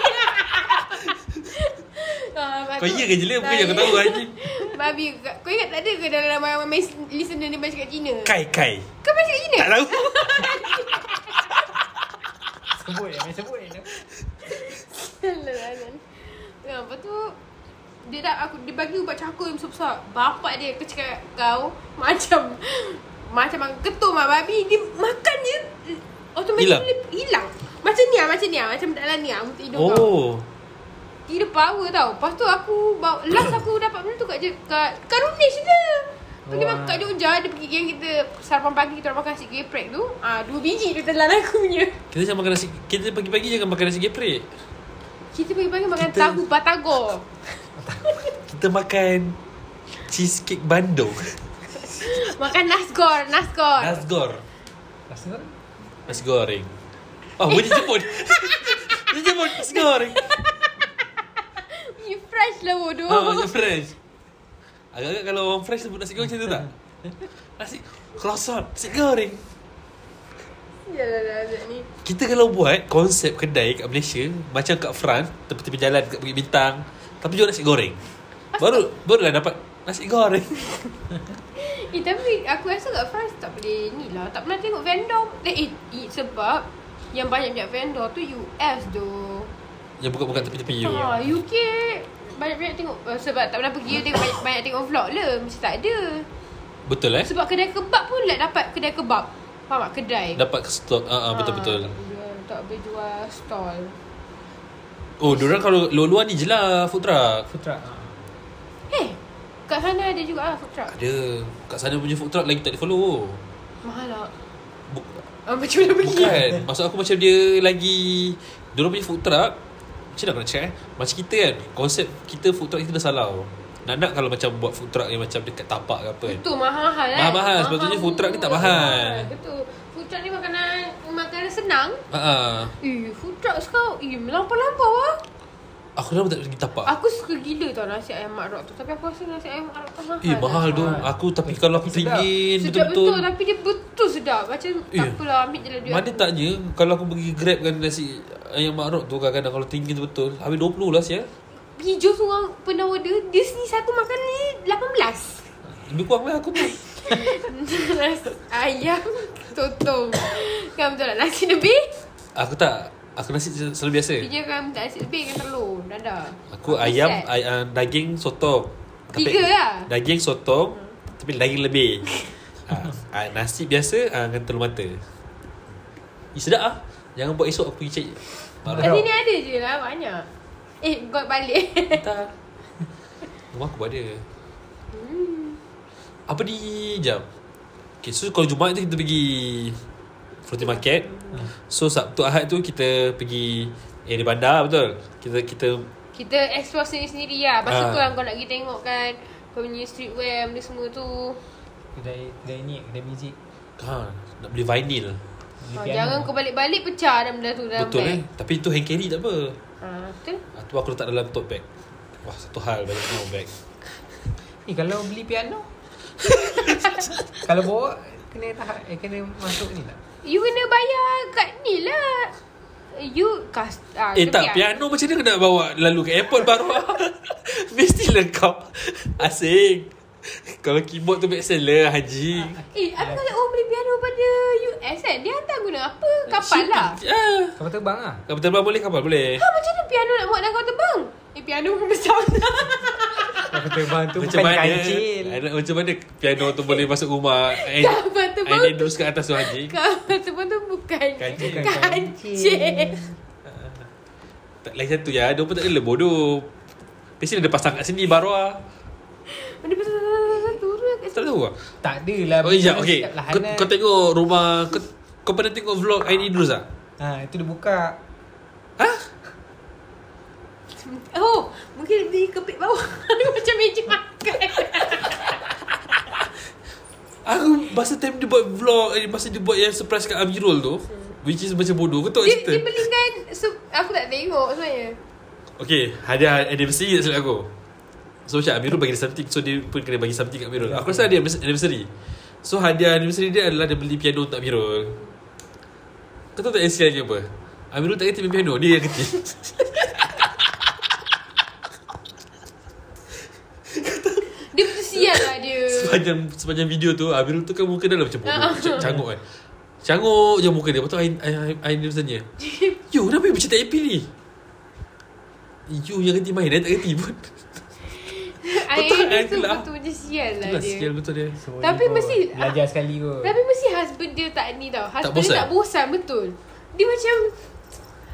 S1: Ah, lepas
S2: Kau
S1: tu-
S2: iya ke je lah Bukan
S1: Tak,
S2: yang aku tahu Haji
S1: Babi kau- Kau ingat tak ada ke dalam ramai-ramai mes- Listener ni cakap Cina
S2: Kai Kai
S1: Kau baca kat Cina
S2: Tak lah, tahu
S3: Sebut je Main sebut je
S1: Alalan. Ya, lepas tu dia dah aku dia bagi ubat cakul yang besar-besar. Bapak dia aku cakap kau macam macam makan ketum mak babi dia makan je eh, automatically hilang. hilang. Macam ni ah, macam ni ah, macam dalam ni ah untuk hidung kau.
S2: Oh
S1: Dia ada power tau Lepas tu aku bawa, Last aku dapat benda tu kat je Kat, kat Runesh je Pergi
S3: Wah.
S1: makan kat Jogja Dia pergi yang kita Sarapan pagi kita orang makan nasi geprek tu ah Dua biji dia telan aku punya
S2: Kita jangan makan nasi Kita pagi-pagi jangan makan nasi geprek
S1: Kita pagi-pagi makan
S2: Kita-
S1: tahu batagor
S2: Kita makan Cheesecake bandung
S1: Makan nasgor Nasgor
S2: Nasgor
S3: Rasa kan?
S2: Nasi goreng Oh bunyi jemput Dia jemput nasi goreng
S1: You fresh lah bodoh
S2: Ah, macam fresh Agak-agak kalau orang fresh sebut nasi goreng macam tu tak? Nasi Klosot Nasi goreng
S1: Yalah lah Zat ni
S2: Kita kalau buat konsep kedai kat Malaysia Macam kat France Tepi-tepi jalan kat Bukit Bintang Tapi jual nasi goreng Baru barulah dapat nasi goreng
S1: Eh tapi aku rasa kat France tak boleh ni lah Tak pernah tengok vendor Eh, eh, eh sebab Yang banyak-banyak vendor tu US tu
S2: Yang buka-buka tepi-tepi you
S1: Ha, UK banyak-banyak tengok uh, sebab tak pernah pergi tengok banyak, banyak tengok vlog lah mesti tak ada.
S2: Betul eh?
S1: Sebab kedai kebab pun lah dapat kedai kebab. Faham tak kedai?
S2: Dapat ke stok ah, ah,
S1: Ha,
S2: Betul-betul
S1: tak boleh- tak boleh jual stall.
S2: Oh diorang kalau luar-luar ni je lah Food truck
S3: Food truck ah.
S1: Eh, kat sana ada juga ah food truck.
S2: Ada Kat sana punya food truck lagi tak di follow
S1: Mahal tak?
S2: Buk-
S1: Ah, macam mana pergi?
S2: Bukan Maksud aku macam dia lagi Diorang punya food truck Macam mana aku nak cakap eh Macam kita kan Konsep kita food truck kita dah salah tau. Nak-nak kalau macam buat food truck yang macam dekat tapak ke apa kan
S1: Betul mahal-mahal eh.
S2: Mahal-mahal. Sepatutnya food truck ni tak mahal.
S1: Betul. Food truck ni makanan makanan senang.
S2: uh
S1: Eh, food truck sekarang eh melampau-lampau ah.
S2: Aku dah lama tak pergi tapak
S1: Aku suka gila tau nasi ayam mak rok tu Tapi aku rasa nasi ayam mak rok tu mahal lah,
S2: Eh mahal tu
S3: mahal.
S2: Aku tapi kalau aku
S3: Sedap.
S2: teringin
S1: Sedap betul, betul lah
S2: Betul-betul
S1: Tapi dia betul sedap Macam
S2: Eh.
S1: tak apalah ambil je lah duit
S2: Mana taknya Kalau aku pergi grab kan nasi Ayam mak rok tu kadang-kadang Kalau teringin tu betul Habis 20 lah siya
S1: Hijau seorang pernah order Dia sini satu makan ni 18
S2: Lebih kurang lah aku pun
S1: Nasi ayam Totong Kan betul tak Nasi lebih
S2: Aku tak Aku nasi sel- selalu biasa
S1: Dia kan minta nasi lebih Kan telur Dadah
S2: Eh. Aku ayam
S1: set.
S2: ay, uh, Daging sotong Tapi-
S1: Tiga lah. Hmm.
S2: Daging sotong Tapi daging lebih Ah, ah, Nasi biasa ah, Dengan telur mata eh, Sedap ah Jangan buat esok aku pergi cek Baru
S1: Kat sini ada je lah Banyak Eh kau balik
S2: Tak Rumah aku ada
S1: Hmm.
S2: Apa ni Jam Okay so kalau Jumaat tu kita pergi Fruity Market
S1: Hmm.
S2: So Sabtu Ahad tu kita pergi Eh di bandar betul Kita kita
S1: Kita explore sendiri-sendiri lah Lepas tu
S2: Ah.
S1: tu lah kau nak pergi tengok kan Kau punya streetwear Benda semua tu
S3: Kedai kedai ni, kedai muzik.
S2: ha, Nak beli vinyl
S1: Ha,
S3: Oh,
S1: jangan kau balik-balik pecah dalam benda tu dalam
S2: lah. Betul eh
S1: bag.
S2: Tapi tu hand carry tak apa
S1: Ha, betul.
S2: Ah, tu aku letak dalam tote bag Wah satu hal banyak mau bag
S3: Eh kalau beli piano Kalau bawa Kena tahap eh, Kena masuk ni tak
S1: You kena bayar kat ni lah. You kas ah,
S2: Eh
S1: dia
S2: tak
S1: biar.
S2: piano macam mana kena bawa lalu ke airport baru Mesti lengkap Asing Kalau keyboard tu bestseller Haji
S1: Eh, aku kata orang beli piano pada US kan. Dia hantar guna apa? Kapal lah.
S2: ah.
S3: Kapal terbang lah
S2: Kapal terbang boleh kapal boleh
S1: Ha, macam mana piano nak muat dalam kau terbang? Eh, piano pun besar.
S3: Kapal terbang tu
S2: Macam
S3: bukan
S2: mana
S3: kancil
S2: Anak, Macam mana piano tu boleh masuk rumah Air
S1: Kapal terbang
S2: Air dus kat atas tu Haji
S1: Kapal terbang tu bukan
S2: Kancil.
S1: kancil. kancil.
S2: Tak lain satu ya Dia pun tak ada bodoh Mesti dia ada pasang kat sini baru ah.
S1: Benda besar turun kat
S2: Tak tahu lah
S3: Tak ada lah
S2: Oh sekejap okay
S3: Sedap lah,
S2: kau,
S3: Hanan.
S2: kau tengok rumah kau, kau pernah tengok vlog Aini Idrus tak?
S3: Ha itu dia buka
S2: Ha?
S1: situ. Oh, mungkin dia kepit bawah. macam meja makan.
S2: Aku masa time dia buat vlog eh, Masa dia buat yang surprise kat Amirul tu Which is macam bodoh Kau tahu
S1: Dia,
S2: cerita?
S1: dia belikan so, Aku tak tengok sebenarnya
S2: Okay Hadiah anniversary tak silap aku So macam Amirul bagi dia something So dia pun kena bagi something kat Amirul Aku rasa hadiah anniversary So hadiah anniversary dia adalah Dia beli piano untuk Amirul Kau tahu tak yang sial ni apa? Amirul tak kerti main piano Dia yang kerti
S1: Dia betul sial lah dia
S2: Sepanjang sepanjang video tu Amirul tu kan muka dia lah macam bodoh Macam canggut kan Canggut je muka dia Lepas tu Ain, Ain, Ain, Ain dia tanya You kenapa you macam tak happy ni You yang ganti main I tak ganti pun
S1: Lah
S2: betul,
S1: Air
S2: I
S1: tu
S2: gelap.
S1: betul je sial lah
S2: Itulah
S1: dia
S2: skill betul dia
S3: Semua
S1: Tapi
S3: ikut.
S1: mesti-
S3: Belajar sekali kot
S1: Tapi mesti husband dia tak ni tau Husband
S2: bosan?
S1: dia tak bosan betul Dia macam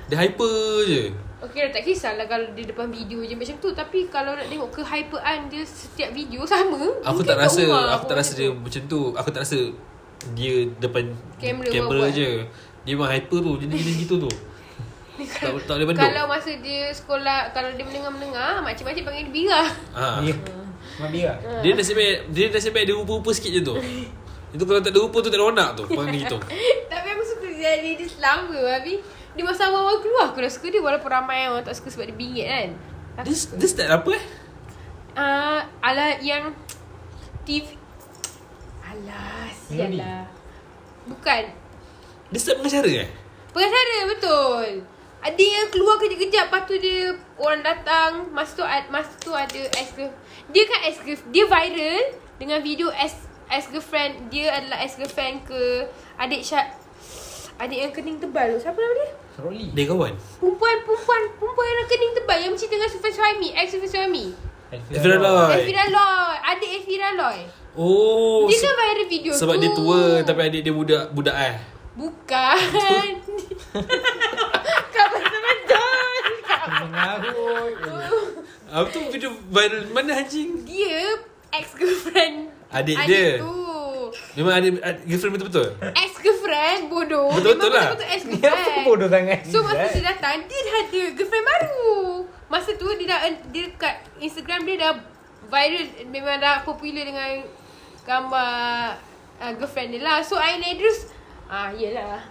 S2: Dia hyper je
S1: Okay dah tak kisahlah kalau di depan video je macam tu Tapi kalau nak tengok kehypean dia setiap video sama
S2: Aku
S1: mungkin
S2: tak
S1: kat
S2: rasa
S1: rumah
S2: Aku
S1: pun
S2: tak rasa
S1: macam
S2: dia
S1: tu.
S2: macam tu Aku tak rasa Dia depan
S1: Kamera
S2: Kamera, kamera
S1: buat-buat.
S2: je Dia memang hyper tu Jenis-jenis gitu tu tak, tak boleh benduk
S1: Kalau masa dia sekolah Kalau dia menengah-menengah Makcik-makcik panggil dia Bira
S2: ha.
S3: Ya Mak Bira
S2: Dia nasib baik Dia nasib baik dia rupa-rupa sikit je tu Itu kalau tak ada rupa tu tak ada warna tu Panggil gitu
S1: Tapi aku suka jadi dia selama Habis Dia masa awal-awal keluar Aku dah suka dia Walaupun ramai orang tak suka Sebab dia bingit kan Aku
S2: Dia,
S1: suka.
S2: dia start apa eh?
S1: Ah, Alah yang TV Alah Sial
S3: Melody.
S1: lah Bukan
S2: Dia start pengacara eh?
S1: Pengacara betul ada yang keluar kejap-kejap Lepas tu dia Orang datang Masa tu ad- Masa tu ada ex Dia kan ex Dia viral Dengan video ex ex girlfriend Dia adalah ex girlfriend ke Adik Syah Adik yang kening tebal tu Siapa nama dia?
S3: Roli
S2: Dia kawan?
S1: Perempuan Perempuan Perempuan yang kening tebal Yang macam dengan Sufan Suhaimi Ex Sufan Suhaimi
S2: Elvira Loy
S1: Elvira Loy Adik Elvira Loy
S2: Oh
S1: Dia
S2: se-
S1: kan viral video
S2: Sebab
S1: tu
S2: dia tua Tapi adik dia budak Budak eh
S1: Bukan Kau betul-betul
S3: Mengarut
S2: Apa tu video viral Mana anjing?
S1: Dia ex-girlfriend
S2: Adik
S1: adik
S2: dia.
S1: tu Ah,
S2: Memang adik, adik Girlfriend betul-betul?
S1: Ex-girlfriend bodoh
S2: Betul-betul
S1: Memang
S2: lah.
S1: betul-betul
S3: Ni apa
S1: ex-girlfriend
S3: bodoh sangat
S1: So masa dia datang Dia dah ada girlfriend baru Masa tu dia dah Dia kat Instagram dia dah Viral Memang dah popular dengan Gambar uh, Girlfriend dia lah So eyelashes Ah yelah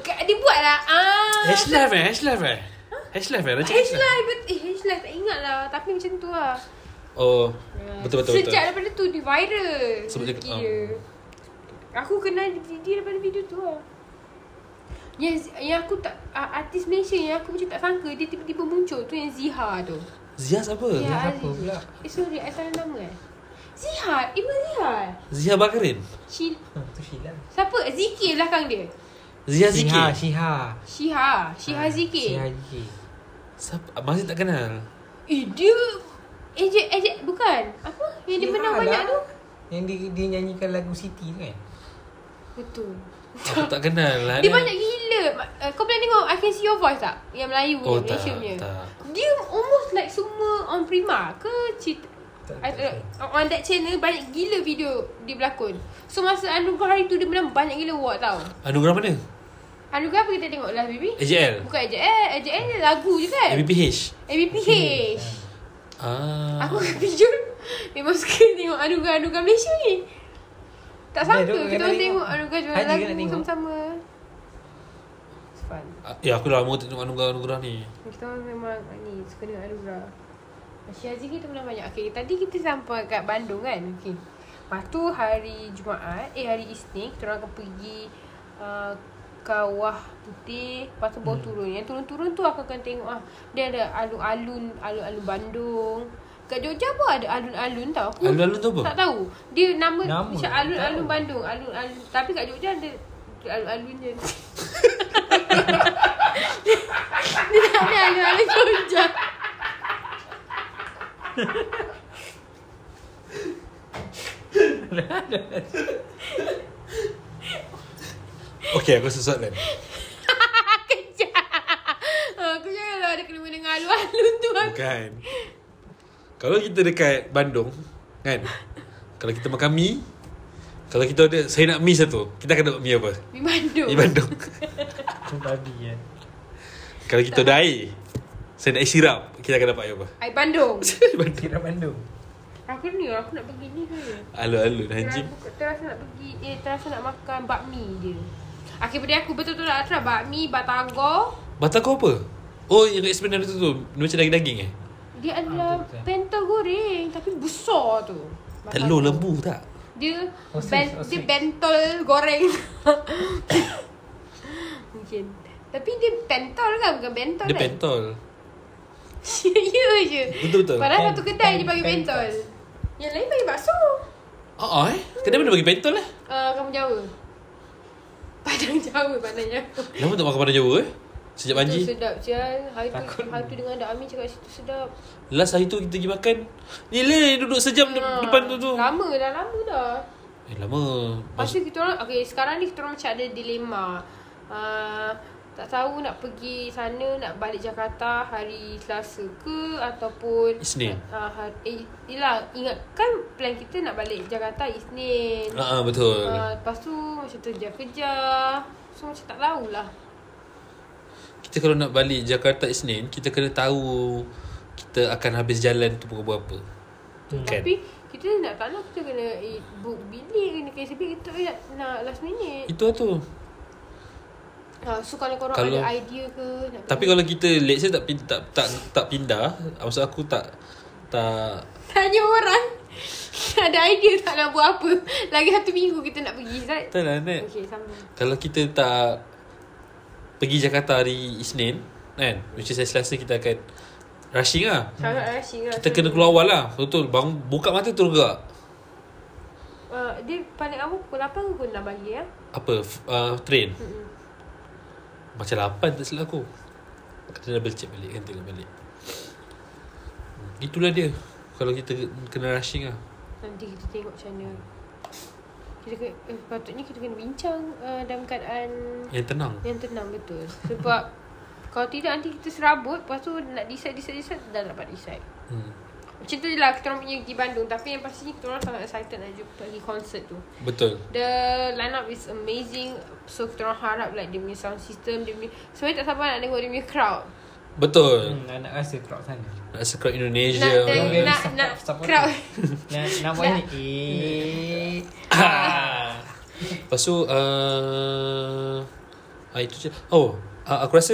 S1: Kat- Dia buat lah ah,
S2: Hash life eh Hash life eh Hash life eh Rancang
S1: Hash life bet- Eh hash life tak ingat lah Tapi macam tu lah
S2: Oh Betul-betul betul.
S1: Sejak daripada tu dia viral.
S2: Sebab dia- Ah.
S1: Rezeki dia. Aku kenal dia- dia daripada video tu lah. Yang, yang aku tak a- Artis Malaysia yang aku macam tak sangka Dia tiba-tiba muncul tu yang Ziha tu
S2: Zia siapa?
S1: Ziha
S3: siapa
S1: Ali.
S3: pula?
S1: Eh sorry I salah nama eh Ziha Ibu Ziha
S2: Zia Bakarin
S1: She,
S3: Hmm, Tu Sheila
S1: Siapa Zikir belakang dia
S2: Zia Zikir
S3: Shiha Shiha
S1: Shiha Shiha Zikir
S3: Shiha Ah, Zikir
S2: Siapa? Masih tak kenal
S1: Eh dia eh, Ejek Ejek Bukan Apa Yang dia
S3: Shiha
S1: menang
S3: lah.
S1: banyak tu
S3: Yang dia, dia nyanyikan lagu Siti tu kan
S1: Betul
S2: Aku tak kenal lah
S1: Dia banyak gila Ma- uh, Kau pernah tengok I Can See Your Voice tak? Yang Melayu
S2: Oh
S1: punya
S2: tak,
S1: Malaysia punya
S2: tak
S1: Dia almost like semua on Prima ke cerita
S3: Tak-
S1: I,
S3: tak
S1: don't know. on that channel banyak gila video dia berlakon. So masa anugerah hari tu dia menang banyak gila award tau.
S2: Anugerah mana?
S1: Anugerah apa kita tengok last baby?
S2: AJL
S1: Bukan AJL, AJL ni lagu je kan?
S2: ABPH
S1: ABPH.
S2: Ah.
S1: Aku kejut Memang suka tengok anugerah-anugerah Malaysia ni. Tak
S3: Ya,
S1: sangka kita
S3: duk,
S1: orang
S3: kena tengok.
S1: tengok anugerah juara
S3: Haji kan nak
S1: lagu
S3: tengok.
S1: sama-sama. It's Fun.
S2: Ya aku lama tak tengok anugerah-anugerah ni
S1: Kita orang memang ni suka dengan anugerah. Asyik Haji kita menang banyak. Okay, tadi kita sampai kat Bandung kan. Okay. Lepas tu hari Jumaat, eh hari Isnin, kita orang akan pergi uh, kawah putih. Lepas tu bawa turun. Yang turun-turun tu aku akan tengok ah. Dia ada alun-alun, alun-alun Bandung. Kat Jogja pun ada alun-alun tau. Aku
S2: Alun-alun tu apa?
S1: Tak tahu. Dia nama,
S3: Nama,
S1: nama macam
S3: tak
S1: alun-alun
S3: tahu.
S1: Bandung. Alun-alun. Tapi kat Jogja ada alun-alun je. Dia tak ada alun-alun Jogja.
S2: Okay aku sesuat lain
S1: Kejap. Aku jangan lah ada kena dengan alun-alun tu aku.
S2: Bukan Kalau kita dekat Bandung Kan Kalau kita makan mie Kalau kita ada Saya nak mie satu Kita akan dapat mie apa?
S1: Di Bandung.
S2: Mie Bandung
S3: Tu babi kan
S2: Kalau kita ada air Saya nak air sirap Kita akan dapat air apa?
S1: Air Bandung.
S3: Kira Bandung
S1: aku ni aku nak pergi ni ke?
S2: Alun-alun anjing
S1: Terasa, terasa nak pergi, eh terasa nak makan bakmi dia. Akhir pada aku betul-betul nak try bakmi, batagor.
S2: Batal kau apa? Oh yang kat sebenarnya tu tu Dia Macam daging-daging eh?
S1: Dia adalah
S3: betul-betul.
S1: pentol goreng tapi besar tu.
S2: Telur
S1: Batagor.
S2: lembu tak?
S1: Dia
S3: Ostrich,
S1: ben, dia
S3: ostrich.
S1: bentol goreng. Mungkin. Tapi dia pentol kan bukan bentol
S2: Dia
S1: kan?
S2: pentol
S1: Ya je
S2: Betul-betul.
S1: Padahal
S3: Pen-
S1: satu kedai je
S3: pen-
S1: bagi
S3: pentol.
S1: pentol Yang lain bagi bakso
S2: Ah ah eh? Kedai mana bagi pentol eh?
S3: Ah,
S1: uh, Kamu Jawa Padang Jawa pananya
S2: Lama tak makan padang Jawa eh? Sejak
S1: Itu
S2: banji
S1: sedap Sial Hari tu,
S3: Takut.
S1: hari tu dengan Dak Amin cakap situ sedap
S2: Last hari tu kita pergi makan Ni leh duduk sejam de-
S1: Ha,
S2: depan tu tu
S1: Lama dah lama dah
S2: Eh lama
S1: Lepas tu kita orang Okay sekarang ni kita orang macam ada dilema uh, Tak tahu nak pergi sana Nak balik Jakarta Hari Selasa ke Ataupun
S2: Isnin.
S1: ha, hari, eh, Yelah Ingatkan plan kita nak balik Jakarta Isnin
S2: Ah, ah, betul.
S1: ha, Lepas tu Macam tu kerja So macam tak tahulah
S2: Kita kalau nak balik Jakarta Isnin, kita kena tahu kita akan habis jalan tu pukul berapa.
S1: Betul.
S2: Kan.
S1: Tapi kita nak tak nak kita kena eh, book bilik kena KSB kita tak nak, nak last minute.
S2: Itu lah tu.
S1: Ha, so kalau korang
S2: Kalau-
S1: ada idea ke nak
S2: Tapi kalau kita let's say tak pin- tak tak, tak pindah, maksud aku tak tak
S1: tanya orang ada idea tak nak buat apa. Lagi satu minggu kita nak pergi, Zat.
S2: tak lah net.
S1: Okey, sama.
S2: Kalau kita tak pergi Jakarta hari Isnin, kan? Which is hari Selasa kita akan rushing lah.
S1: Syarat rushing lah.
S2: Kita
S1: So,
S2: kena keluar awal lah. Betul. Bangun, buka mata terus gerak.
S1: Uh, dia paling awal pukul 8 ke pukul 6 pagi ya?
S2: Apa? F- Uh, train. Macam 8 tak silap aku. Kena double check balik kan. Tengok balik. Hmm, Itulah dia. Kalau kita kena rushing lah.
S1: Nanti kita tengok macam mana. Kita kena, eh, patutnya kita kena bincang uh, dalam keadaan
S2: Yang tenang.
S1: Yang tenang betul Sebab Kalau tidak nanti kita serabut Lepas tu nak decide Decide decide Dah tak dapat decide
S2: Hmm.
S1: Macam tu je lah Kita orang punya pergi Bandung Tapi yang pastinya Kita orang sangat excited Nak jumpa pergi konsert tu
S2: Betul.
S1: The lineup is amazing So kita orang harap Like dia punya sound system Dia punya Sebenarnya tak sabar Nak tengok dia punya crowd
S2: Betul.
S3: Hmm, nak, nak rasa crowd sana.
S2: Nak sekrap
S1: Hmm. Nak
S2: Indonesia.
S1: tengok
S3: orang
S1: Nak,
S3: support-
S1: nak
S3: support
S1: crowd
S3: Nak, nak buat ni. Eh.
S2: Ah. Lepas tu uh, ah, Itu je Oh ah, Aku rasa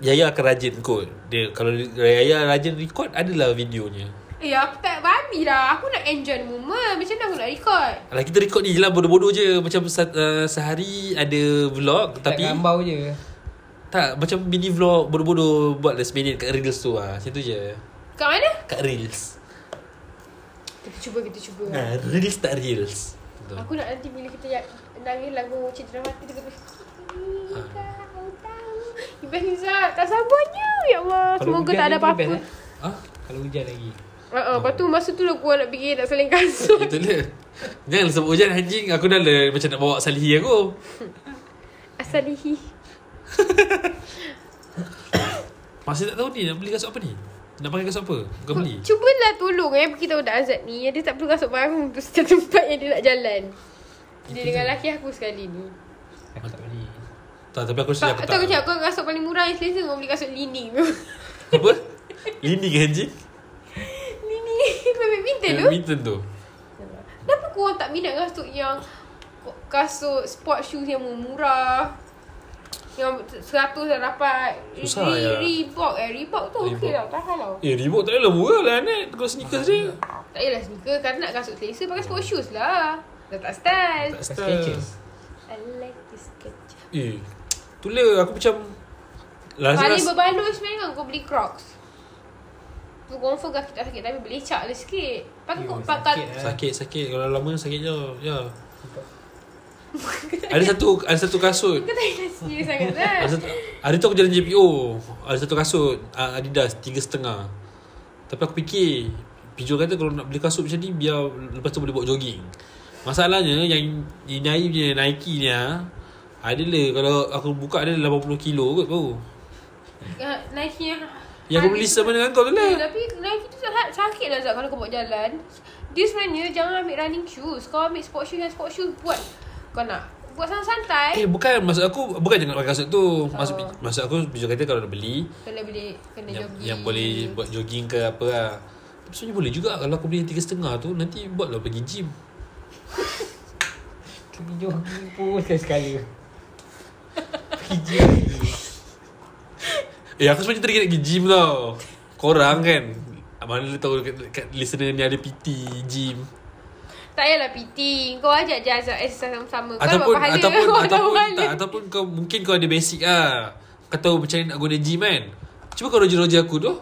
S2: Yaya akan rajin kot Dia Kalau Yaya rajin record Adalah videonya
S1: Eh aku tak babi lah Aku nak enjoy the moment Macam mana aku nak record
S2: Alah kita record ni je lah Bodoh-bodoh je Macam se- uh, sehari Ada vlog Tapi
S3: Tapi gambar je.
S2: Tak Macam mini vlog Bodoh-bodoh Buat last minute Kat reels tu lah Macam tu je
S1: Kat mana?
S2: Kat reels
S1: Kita cuba kita cuba
S3: Eh.
S2: nah, Reels tak reels Betul.
S1: Aku nak nanti bila kita ya- nangis lagu Citra Mati dia kata Kau tahu Ibas Izzat tak sabarnya Ya Allah
S3: Kalau
S1: Semoga
S3: hujan
S1: tak ada
S3: lagi
S1: apa-apa
S3: best, eh.
S2: Ah,
S3: Kalau hujan lagi.
S1: uh-uh, Lepas tu masa tu lah gua nak pergi nak seling kasut
S2: Itu dia Jangan sebut hujan anjing Aku dah le, macam nak bawa salihi aku
S1: Asal dihi
S2: Masih tak tahu ni nak beli kasut apa ni? Nak pakai kasut apa? Bukan beli.
S1: Cubalah tolong eh Pergi tahu tak Azad ni Yang dia tak perlu kasut baru Untuk setiap tempat yang dia nak jalan Dia
S2: Itu
S1: dengan
S2: je.
S1: laki aku sekali ni
S3: Aku tak beli.
S2: Tak, tapi aku
S1: Tak
S2: rasa aku
S1: tahu
S2: tak.
S1: aku cakap Kau kasut paling murah yang selesa Kau beli kasut lining tu
S2: Apa? Lini ke anjing?
S1: Lining Badminton tu
S2: Badminton tu.
S1: Kenapa korang tak minat kasut yang Kasut sport shoes yang murah Yang seratus dah dapat
S2: Susah
S1: Re-
S2: ya.
S1: Reebok eh Reebok tu okey
S2: Reebok.
S1: lah Tahan lah
S2: Eh, Reebok tak payah lah murah lah net. Kau sneakers je.
S1: Tak payahlah sneaker Kalau nak kasut selesa pakai sport shoes lah Dah tak style
S2: Tak
S3: Pakai
S2: style.
S3: Skechers.
S1: I like this sketch
S2: Eh, tu lah aku macam... Lah, Last,
S1: Paling
S2: last,
S1: berbaloi sebenarnya kan kau beli crocs Tu confirm kaki tak sakit Tapi belecak lah sikit Pakai
S3: Yo,
S1: kau pakai
S3: sakit lah.
S2: sakit, sakit. Kalau lama sakit je. Ya.
S1: Kau tak-
S2: Ada satu ada satu kasut.
S1: Kau tak ingat serius sangat kan
S2: Ada satu, hari tu aku jalan JPO. Ada satu kasut ah, Adidas tiga setengah. Tapi aku fikir Pijo kata kalau nak beli kasut macam ni biar lepas tu boleh buat jogging. Masalahnya yang Inai punya Nike ni ah adalah kalau aku buka ada 80 kilo kot tu.
S1: Ah, Nike yang
S2: Yang aku beli sama dengan kau tu
S1: Eh,
S2: lah.
S1: tapi Nike tu sangat sakit lah Zat kalau kau buat jalan. Dia sebenarnya jangan ambil running shoes. Kau ambil sport shoes yang sport shoes buat kau nak buat santai-santai.
S2: Eh bukan maksud aku bukan jangan pakai kasut tu. Maksud pi- maksud aku Pijo kata kalau nak beli
S1: Kena beli kena
S2: yang,
S1: jogging.
S2: yang boleh buat jogging ke apa lah. Tapi Sebenarnya boleh juga kalau aku beli yang tiga setengah tu nanti buatlah pergi gym.
S3: Pergi jogging pun sekali-sekala. Pergi jogging.
S2: Eh aku sebenarnya terkira pergi gym tau Korang kan Mana tahu kat, kat listener ni ada PT Gym
S1: Tak payahlah PT. Kau ajak je Azat exercise sama-sama. Kau
S2: Ataupun
S1: dapat pahala.
S2: Ataupun
S1: Kau
S2: Ataupun
S1: dapat
S2: tak Ataupun kau Mungkin kau ada basic lah Kau tahu macam mana nak guna gym kan Cuba kau roja-roja aku tu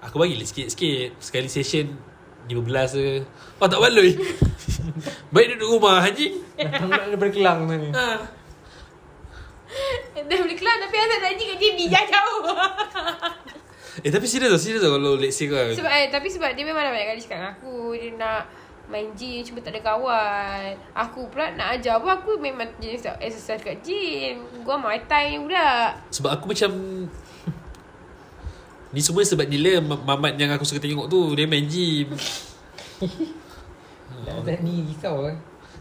S2: Aku bagi lah sikit-sikit Sekali session 15 ke Wah tak baloi Baik duduk rumah anjing
S3: Datang pula daripada Kelang sana.
S2: ha.
S1: Dah beli kelas tapi Azat tak jadi kat JB. Jangan jauh.
S2: Eh tapi serius tau Serius tau kalau let's say kau
S1: sebab eh, tapi sebab dia memang dah banyak kali cakap dengan aku. Dia nak Main gym cuma tak ada kawan Aku pula nak ajar pun Aku memang jenis tak exercise kat gym Gua muay thai ni budak
S2: Sebab aku macam Ni semua sebab dia lah Mamat yang aku suka tengok tu Dia main gym
S3: Dah ni risau eh.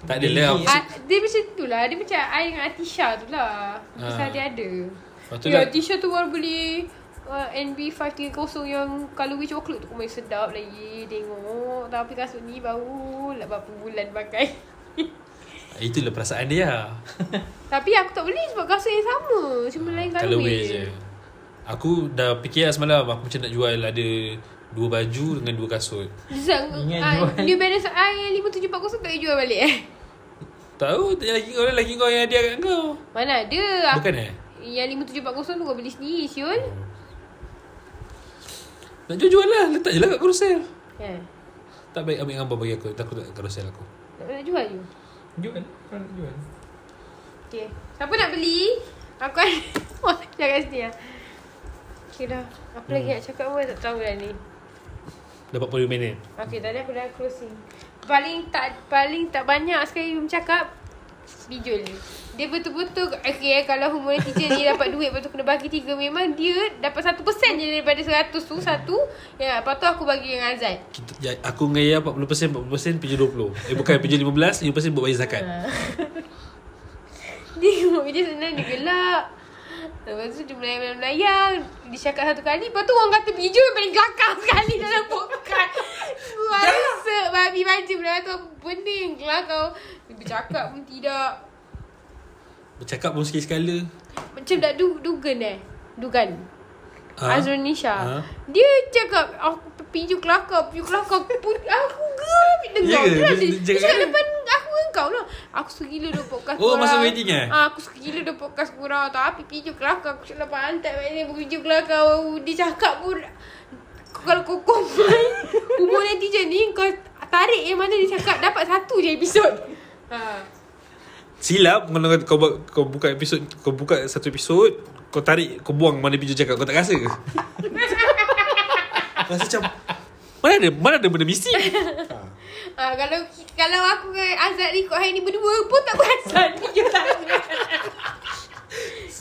S2: Tak adalah.
S3: Gigit.
S1: ah, Dia macam tu lah Dia macam I dengan Atisha tu lah
S2: Ah. kan?
S1: Pasal dia ada
S2: Lepas tu
S1: Ya
S2: dah
S1: Atisha tu baru beli uh, NB530 yang Kalori coklat tu Memang sedap lagi Tengok Tapi kasut ni baru lah Berapa bulan pakai
S2: Eh, Itulah perasaan dia lah
S1: Tapi aku tak beli sebab kasut yang sama Cuma lain
S2: Kalau
S1: colorway
S2: je Aku dah fikir lah semalam Aku macam nak jual ada Dua baju dengan dua kasut
S1: Zang
S3: Ingat
S1: ah,
S3: jual.
S1: New Balance I yang 570 tak boleh jual balik eh
S2: Tahu tak lagi kau lagi kau yang hadiah kat kau
S1: Mana ada
S2: Bukan eh
S1: Yang 5740 tu kau beli sendiri Syul
S2: Nak jual-jual lah Letak je lah kat carousel
S1: Eh
S2: Tak baik ambil gambar bagi aku Takut tak carousel aku
S1: Tak nak jual you
S3: Jual. Kau nak jual.
S1: Okay Siapa nak beli Aku ada Oh tak ada kat sini lah Okay dah Apa
S3: Hmm.
S1: lagi nak cakap pun tak tahu dah ni
S2: Dapat 40 minit
S1: Okay tadi aku dah closing Paling tak Paling tak banyak sekali Rum cakap Bijul Dia betul-betul Okay kalau humor teacher dia dapat duit Lepas tu kena bagi tiga Memang dia dapat satu persen je Daripada seratus tu Satu Ya lepas tu aku bagi dengan Azad
S2: kita, ya, Aku dengan Yaya 40% 40% pinjam 20 Eh bukan pinjam 15 15% buat bayar zakat
S1: Ya. Dia tengok video senang Dia gelak Lepas tu dia melayang-melayang Dia cakap satu kali Lepas tu orang kata Bijul yang paling kelakar sekali Dalam podcast Gua rasa Babi baca Benda tu aku pening Kelakar Dia bercakap pun tidak
S2: Bercakap pun sekali-sekala
S1: Macam dak du, Dugan eh Dugan
S2: Ah,
S1: Azrul Nisha
S2: Ha?
S1: Dia cakap Aku pinju kelakar Pinju kelakar Aku pun Aku gelap Dengar
S2: Ya
S1: yeah,
S2: ke? Dia-
S1: dia,
S2: dia
S1: dia
S2: cakap
S1: cakap
S2: kan?
S1: depan Aku dengan kau lah Aku suka gila dua podcast korang.
S2: Oh, masa wedding eh?
S1: ha, Aku suka gila dua podcast korang Tapi pinju kelakar Aku cakap lah pantat Maksudnya pinju kelakar Dia cakap pun kau- Kalau kau komen Umur netizen ni Kau tarik yang mana dia cakap Dapat satu je episod ha.
S2: Silap kalau kau, kau, buat- kau buka episod Kau buka satu episod Kau tarik Kau buang mana pinjam cakap Kau tak rasa ke? Rasa macam Mana ada Mana ada benda misi
S1: Ha, kalau kalau aku dengan Azad record hari ni berdua pun tak perasan Dia tak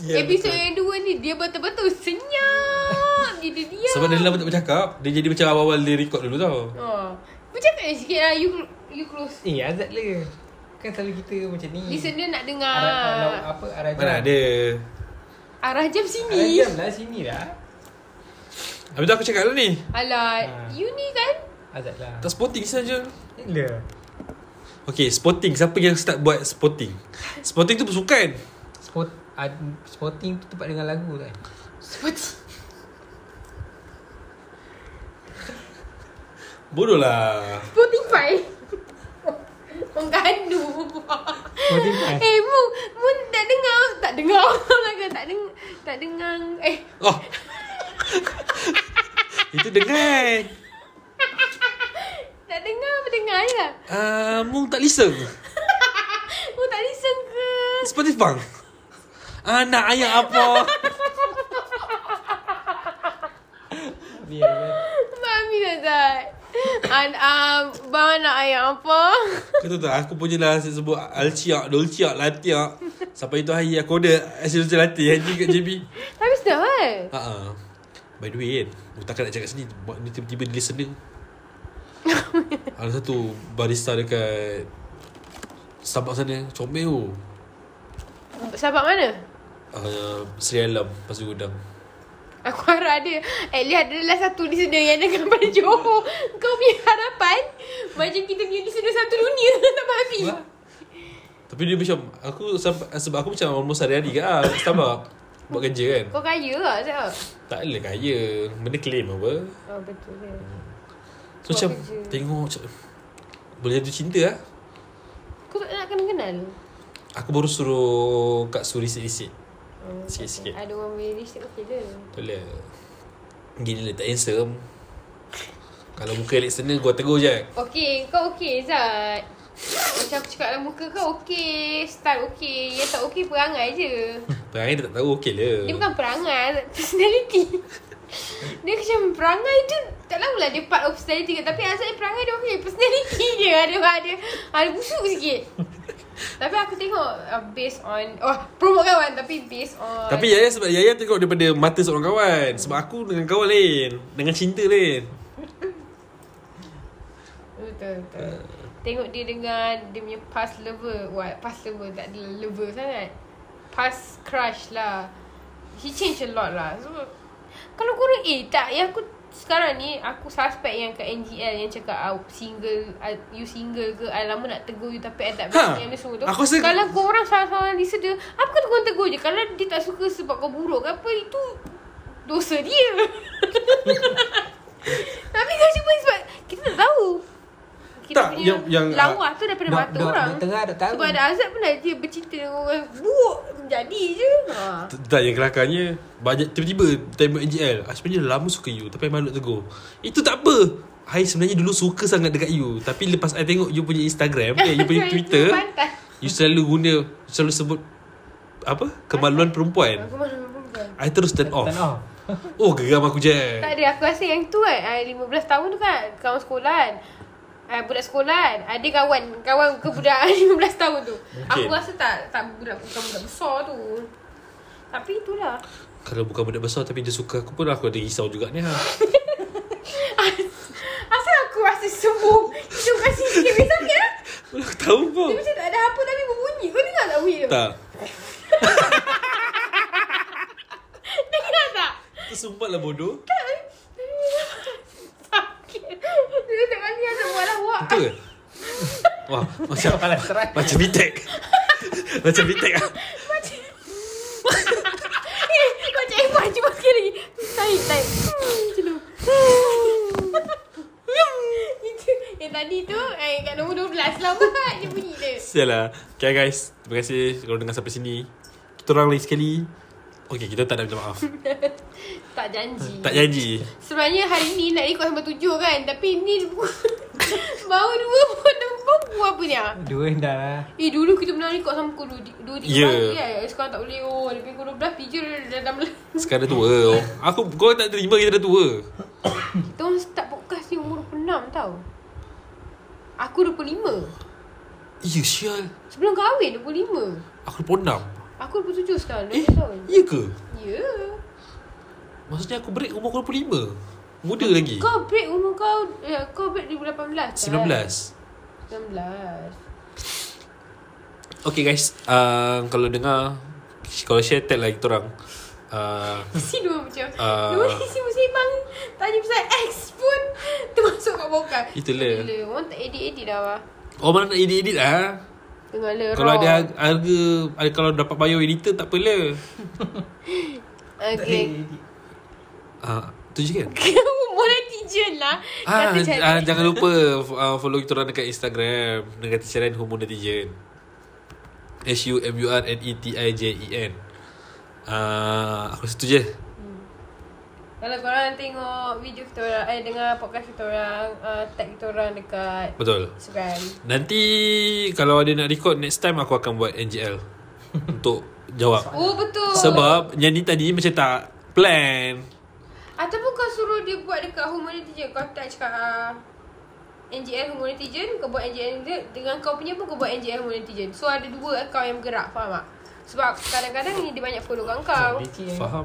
S3: Ya,
S2: Ya,
S1: Episod yang dua ni Dia betul-betul senyap Dia dia diam
S2: Sebab dia lama tak bercakap Dia jadi macam awal-awal Dia record dulu tau
S1: oh. Bercakap je sikit lah You, you close
S3: Eh Azad le. Kan selalu kita macam ni.
S1: Listener nak dengar
S3: Arah, arah, apa arah jam.
S2: Mana ada
S1: Arah jam
S3: Arah
S1: sini
S3: jam lah sini lah.
S2: Habis tu aku cakap lah ni
S1: Alah
S3: Ah.
S1: You ni kan
S3: Azad lah.
S2: Tak sporting saja
S3: Lah.
S2: Okay sporting Siapa yang start buat sporting Sporting tu bersukan
S3: Sport ad, sporting ah, tu tempat dengar lagu kan.
S1: Seperti
S2: Bodoh lah
S1: Spotify Orang gaduh
S3: Spotify.
S1: Eh Mu Mu tak dengar Tak dengar Orang kata tak dengar Tak dengar Eh
S2: Oh Itu dengar
S1: Tak dengar apa dengar je lah
S2: uh, Mung tak listen
S1: Mu Oh, tak listen ke
S2: Spotify Anak ayah apa
S3: Biar kan.
S1: Mami tak tak An, um, Bang nak ayam apa
S2: Kau tahu tak Aku punya lah Asyik sebut Alciak Dolciak Latiak Sampai itu hari Aku order Asyik macam latih Haji kat JB
S1: Tapi sedap kan?
S2: Haa ah. By the way kan Aku takkan nak cakap sini Buat ni tiba-tiba dia listener Ada satu barista dekat Starbucks sana Comel tu
S1: Sahabat mana?
S2: uh, Sri Alam Pasir Gudang
S1: Aku harap ada Eh, At least adalah satu listener yang dengar pada Johor Kau punya harapan Macam kita punya listener satu dunia Tak mati
S3: Wah.
S2: Tapi dia macam Aku sampai Sebab aku macam Almost hari-hari kat ah, Starbucks Buat kerja kan
S1: Kau kaya lah Zah
S2: Tak adalah kaya Benda claim apa
S1: Oh betul ke Buat
S2: So macam
S1: kerja.
S2: Tengok macam Boleh jatuh cinta lah
S1: Kau tak nak kenal-kenal
S2: Aku baru suruh Kak Suri sikit-sikit
S1: Oh,
S2: Sikit-sikit.
S1: tak apa. Ada orang punya listrik okey je
S2: Boleh Gini lah tak handsome Kalau muka listener Gua tegur je
S1: Okey, kau okey Zat Macam aku cakap dalam muka kau okey Style okey Yang tak okey perangai je
S2: Perangai dia tak tahu Okey lah
S1: Dia bukan perangai Personality Dia macam perangai tu tak tak tahulah dia part of personality ke Tapi Azad yang perangai dia okey Personality dia ada ada, ada busuk sikit Tapi aku tengok uh, based on Oh promote kawan tapi based on
S2: Tapi Yaya sebab Yaya tengok daripada mata seorang kawan. Sebab aku dengan kawan lain. Dengan cinta lain.
S1: Betul betul
S2: Hmm.
S1: Tengok dia dengan dia punya past lover What past lover tak ada lover sangat Past crush lah He changed a lot lah So Kalau korang eh tak yang aku sekarang ni aku suspect yang kat NGL yang cakap ah, single ah, you single ke I lama nak tegur you tapi I tak
S2: Ha.
S1: berani yang ni semua tu
S2: Aku rasa-
S1: kalau korang salah-salah listen dia apa kata korang tegur je kalau dia tak suka sebab kau buruk ke apa itu dosa dia tapi kau cuba sebab kita tak tahu kita
S2: Tak,
S1: punya
S2: yang- yang,
S1: lawa tu daripada
S3: dok-
S1: mata
S3: dok-
S1: orang
S3: dok tengah
S2: kan?
S3: dok tahu.
S1: sebab ada Azab pun dah dia bercinta dengan orang buruk jadi je ha.
S2: T- Tak yang kelakarnya Banyak tiba-tiba Time NGL ah, Sebenarnya lama suka you Tapi I malu nak tegur Itu tak apa I sebenarnya dulu suka sangat dekat you Tapi lepas I tengok you punya Instagram eh, You punya
S1: Itu
S2: Twitter
S1: pantas.
S2: You selalu guna Selalu sebut Apa? Kemaluan perempuan
S1: aku malu perempuan
S2: I terus turn off
S3: Turn off.
S2: Oh geram aku je
S1: Tak ada aku rasa yang tu kan I 15 tahun tu kan Kawan sekolah kan I budak sekolah kan Ada kawan Kawan ke budak 15 tahun tu okay. Aku rasa tak Tak budak Bukan budak besar tu Tapi itulah
S2: Kalau bukan budak besar Tapi dia suka aku pun Aku ada risau juga ni ha.
S1: Asal aku rasa sembuh Kita bukan sini Kita sakit lah
S2: Mana Aku tahu pun
S1: Dia macam tak ada apa Tapi berbunyi Kau dengar tak bunyi tu
S2: Tak
S1: Dengar tak
S2: Tersumpat lah bodoh
S1: Tak Sakit Dia tak kasi Asal buat lah buat
S2: Betul ke? Wah macam
S3: Malah serai.
S2: Macam bitek Macam bitek lah
S1: Macam Eh, Macam Ibu cuba sekali lagi Tarik, tarik Hmm, Macam tu Hmm. Itu Yang tadi tu eh, Kat nombor 12 lah buat Dia bunyi dia
S2: Sial lah Okay guys Terima kasih Kalau dengar sampai sini Kita orang lagi sekali Okay kita tak nak minta maaf
S1: Tak janji
S2: Tak janji
S1: Sebenarnya hari ni nak record sampai 7 kan Tapi ni Baru dua pun dah Baru apa ni ah?
S3: Dua dah lah.
S1: Eh dulu kita pernah record sampai pukul 2 3
S2: Ya.
S1: pagi kan Sekarang tak boleh Oh lebih pukul 12 3 dah 16
S2: Sekarang dah tua oh. Aku Kau tak terima kita dah tua
S1: Kita orang start podcast ni umur 26 tau Aku 25
S2: Ya sial
S1: Sebelum kahwin 25
S2: Aku pun enam
S1: Aku 27 sekarang 20
S2: Eh
S1: tahun
S2: Ya ke
S1: Ya yeah.
S2: Maksudnya aku break umur aku 25 Muda lagi
S1: Kau break umur kau ya, Kau break 2018 kan?
S2: 19
S1: 19
S2: Okay guys uh, Kalau dengar Kalau share tag lagi orang uh,
S1: Si dua macam
S2: Ah.
S1: Dua sisi musibang Tanya pasal X pun Termasuk kat bokar
S2: Itulah.
S1: Gila Orang tak edit-edit dah lah
S2: Orang mana nak edit-edit lah
S1: Tengah lerong
S2: Kalau ada harga, harga ada- Kalau dapat bio editor tak apalah
S1: Okay
S2: uh, Itu je kan
S1: Kamu monetizen lah
S2: Ah,
S1: Kata
S2: j-
S1: cantik.
S2: ah, jangan lupa f- ah, follow kita orang dekat Instagram dengan kata Sharon Homo Netizen. H U M U R N E T I J E N. Ah, aku situ je.
S1: Kalau korang tengok video kita orang eh dengar podcast kita orang uh, tag kita orang dekat
S2: Betul.
S1: Instagram.
S2: Nanti kalau ada nak record next time aku akan buat NGL untuk jawab.
S1: Oh betul.
S2: Sebab yang ni tadi macam tak plan.
S1: ataupun kau suruh dia buat dekat Homo Netizen kau tak cakap uh, NGL Homo Netizen kau buat NGL dia dengan kau punya pun kau buat NGL Homo Netizen. So ada dua account yang bergerak faham tak? Sebab kadang-kadang ni dia banyak follow kat kau. Ah,
S3: Licik.
S2: Faham.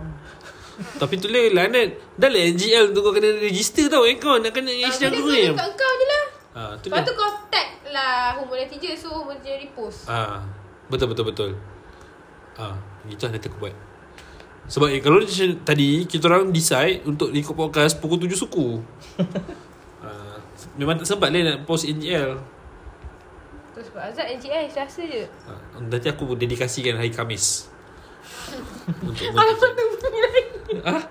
S2: Tapi tu lah lanat. Dah lah NGL tu kau kena register tau account nak kena
S1: Ah, Dia
S2: Instagram.
S1: follow kat kau je lah.
S2: Ah, tu
S1: Lepas
S2: lah.
S1: tu kau tag lah Homo Netizen so Homo Netizen repost.
S2: Ah, betul betul betul. Ah, itu yang nanti aku buat. Sebab eh, kalau macam tadi kita orang decide untuk record podcast pukul 7 suku. ah, memang tak sempat lah nak post NGL.
S1: Tu sebab Azad NGL rasa je.
S2: Ah, nanti aku dedikasikan hari Khamis. untuk
S1: Alamak tu bunyi lagi.
S2: Ah,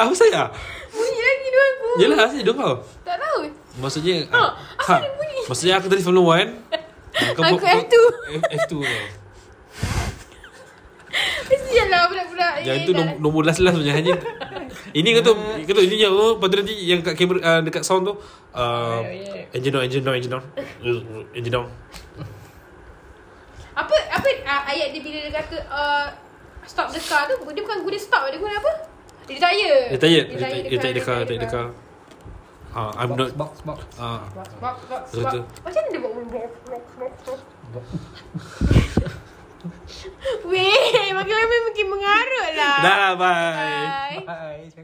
S2: Apa saya?
S1: Bunyi lagi dua aku.
S2: Yelah, saya dong kau.
S1: Tak tahu.
S2: Maksudnya
S1: Ah,
S2: ah,
S1: apa dia bunyi?
S2: Maksudnya aku tadi Ah, Formula 1.
S1: Aku F2.
S2: F2 tau.
S1: Kesianlah lah budak-budak
S2: Yang
S1: ni
S2: tu
S1: dah-
S2: nom- nombor last last punya hanya. Ini kata kata ini yang oh, lepas tu nanti yang kat kamera uh, dekat sound tu uh, engine down engine down engine down engine down.
S1: Apa ah, apa uh, ayat dia bila dia kata uh, stop the car tu dia bukan guna stop dia guna apa? Dia retire
S2: Dia tanya
S1: Dia
S2: Dia tanya Dia tanya dekat Dia dekat Ha, I'm
S3: box,
S2: not
S3: box, box,
S2: Ah,
S1: Box, box, box,
S2: Betul,
S1: box.
S2: betul.
S1: Macam mana dia buat box, box, box, box
S3: box.
S1: Weh Makin makin makin mengarut lah
S2: Dah lah bye
S1: Bye
S3: Bye.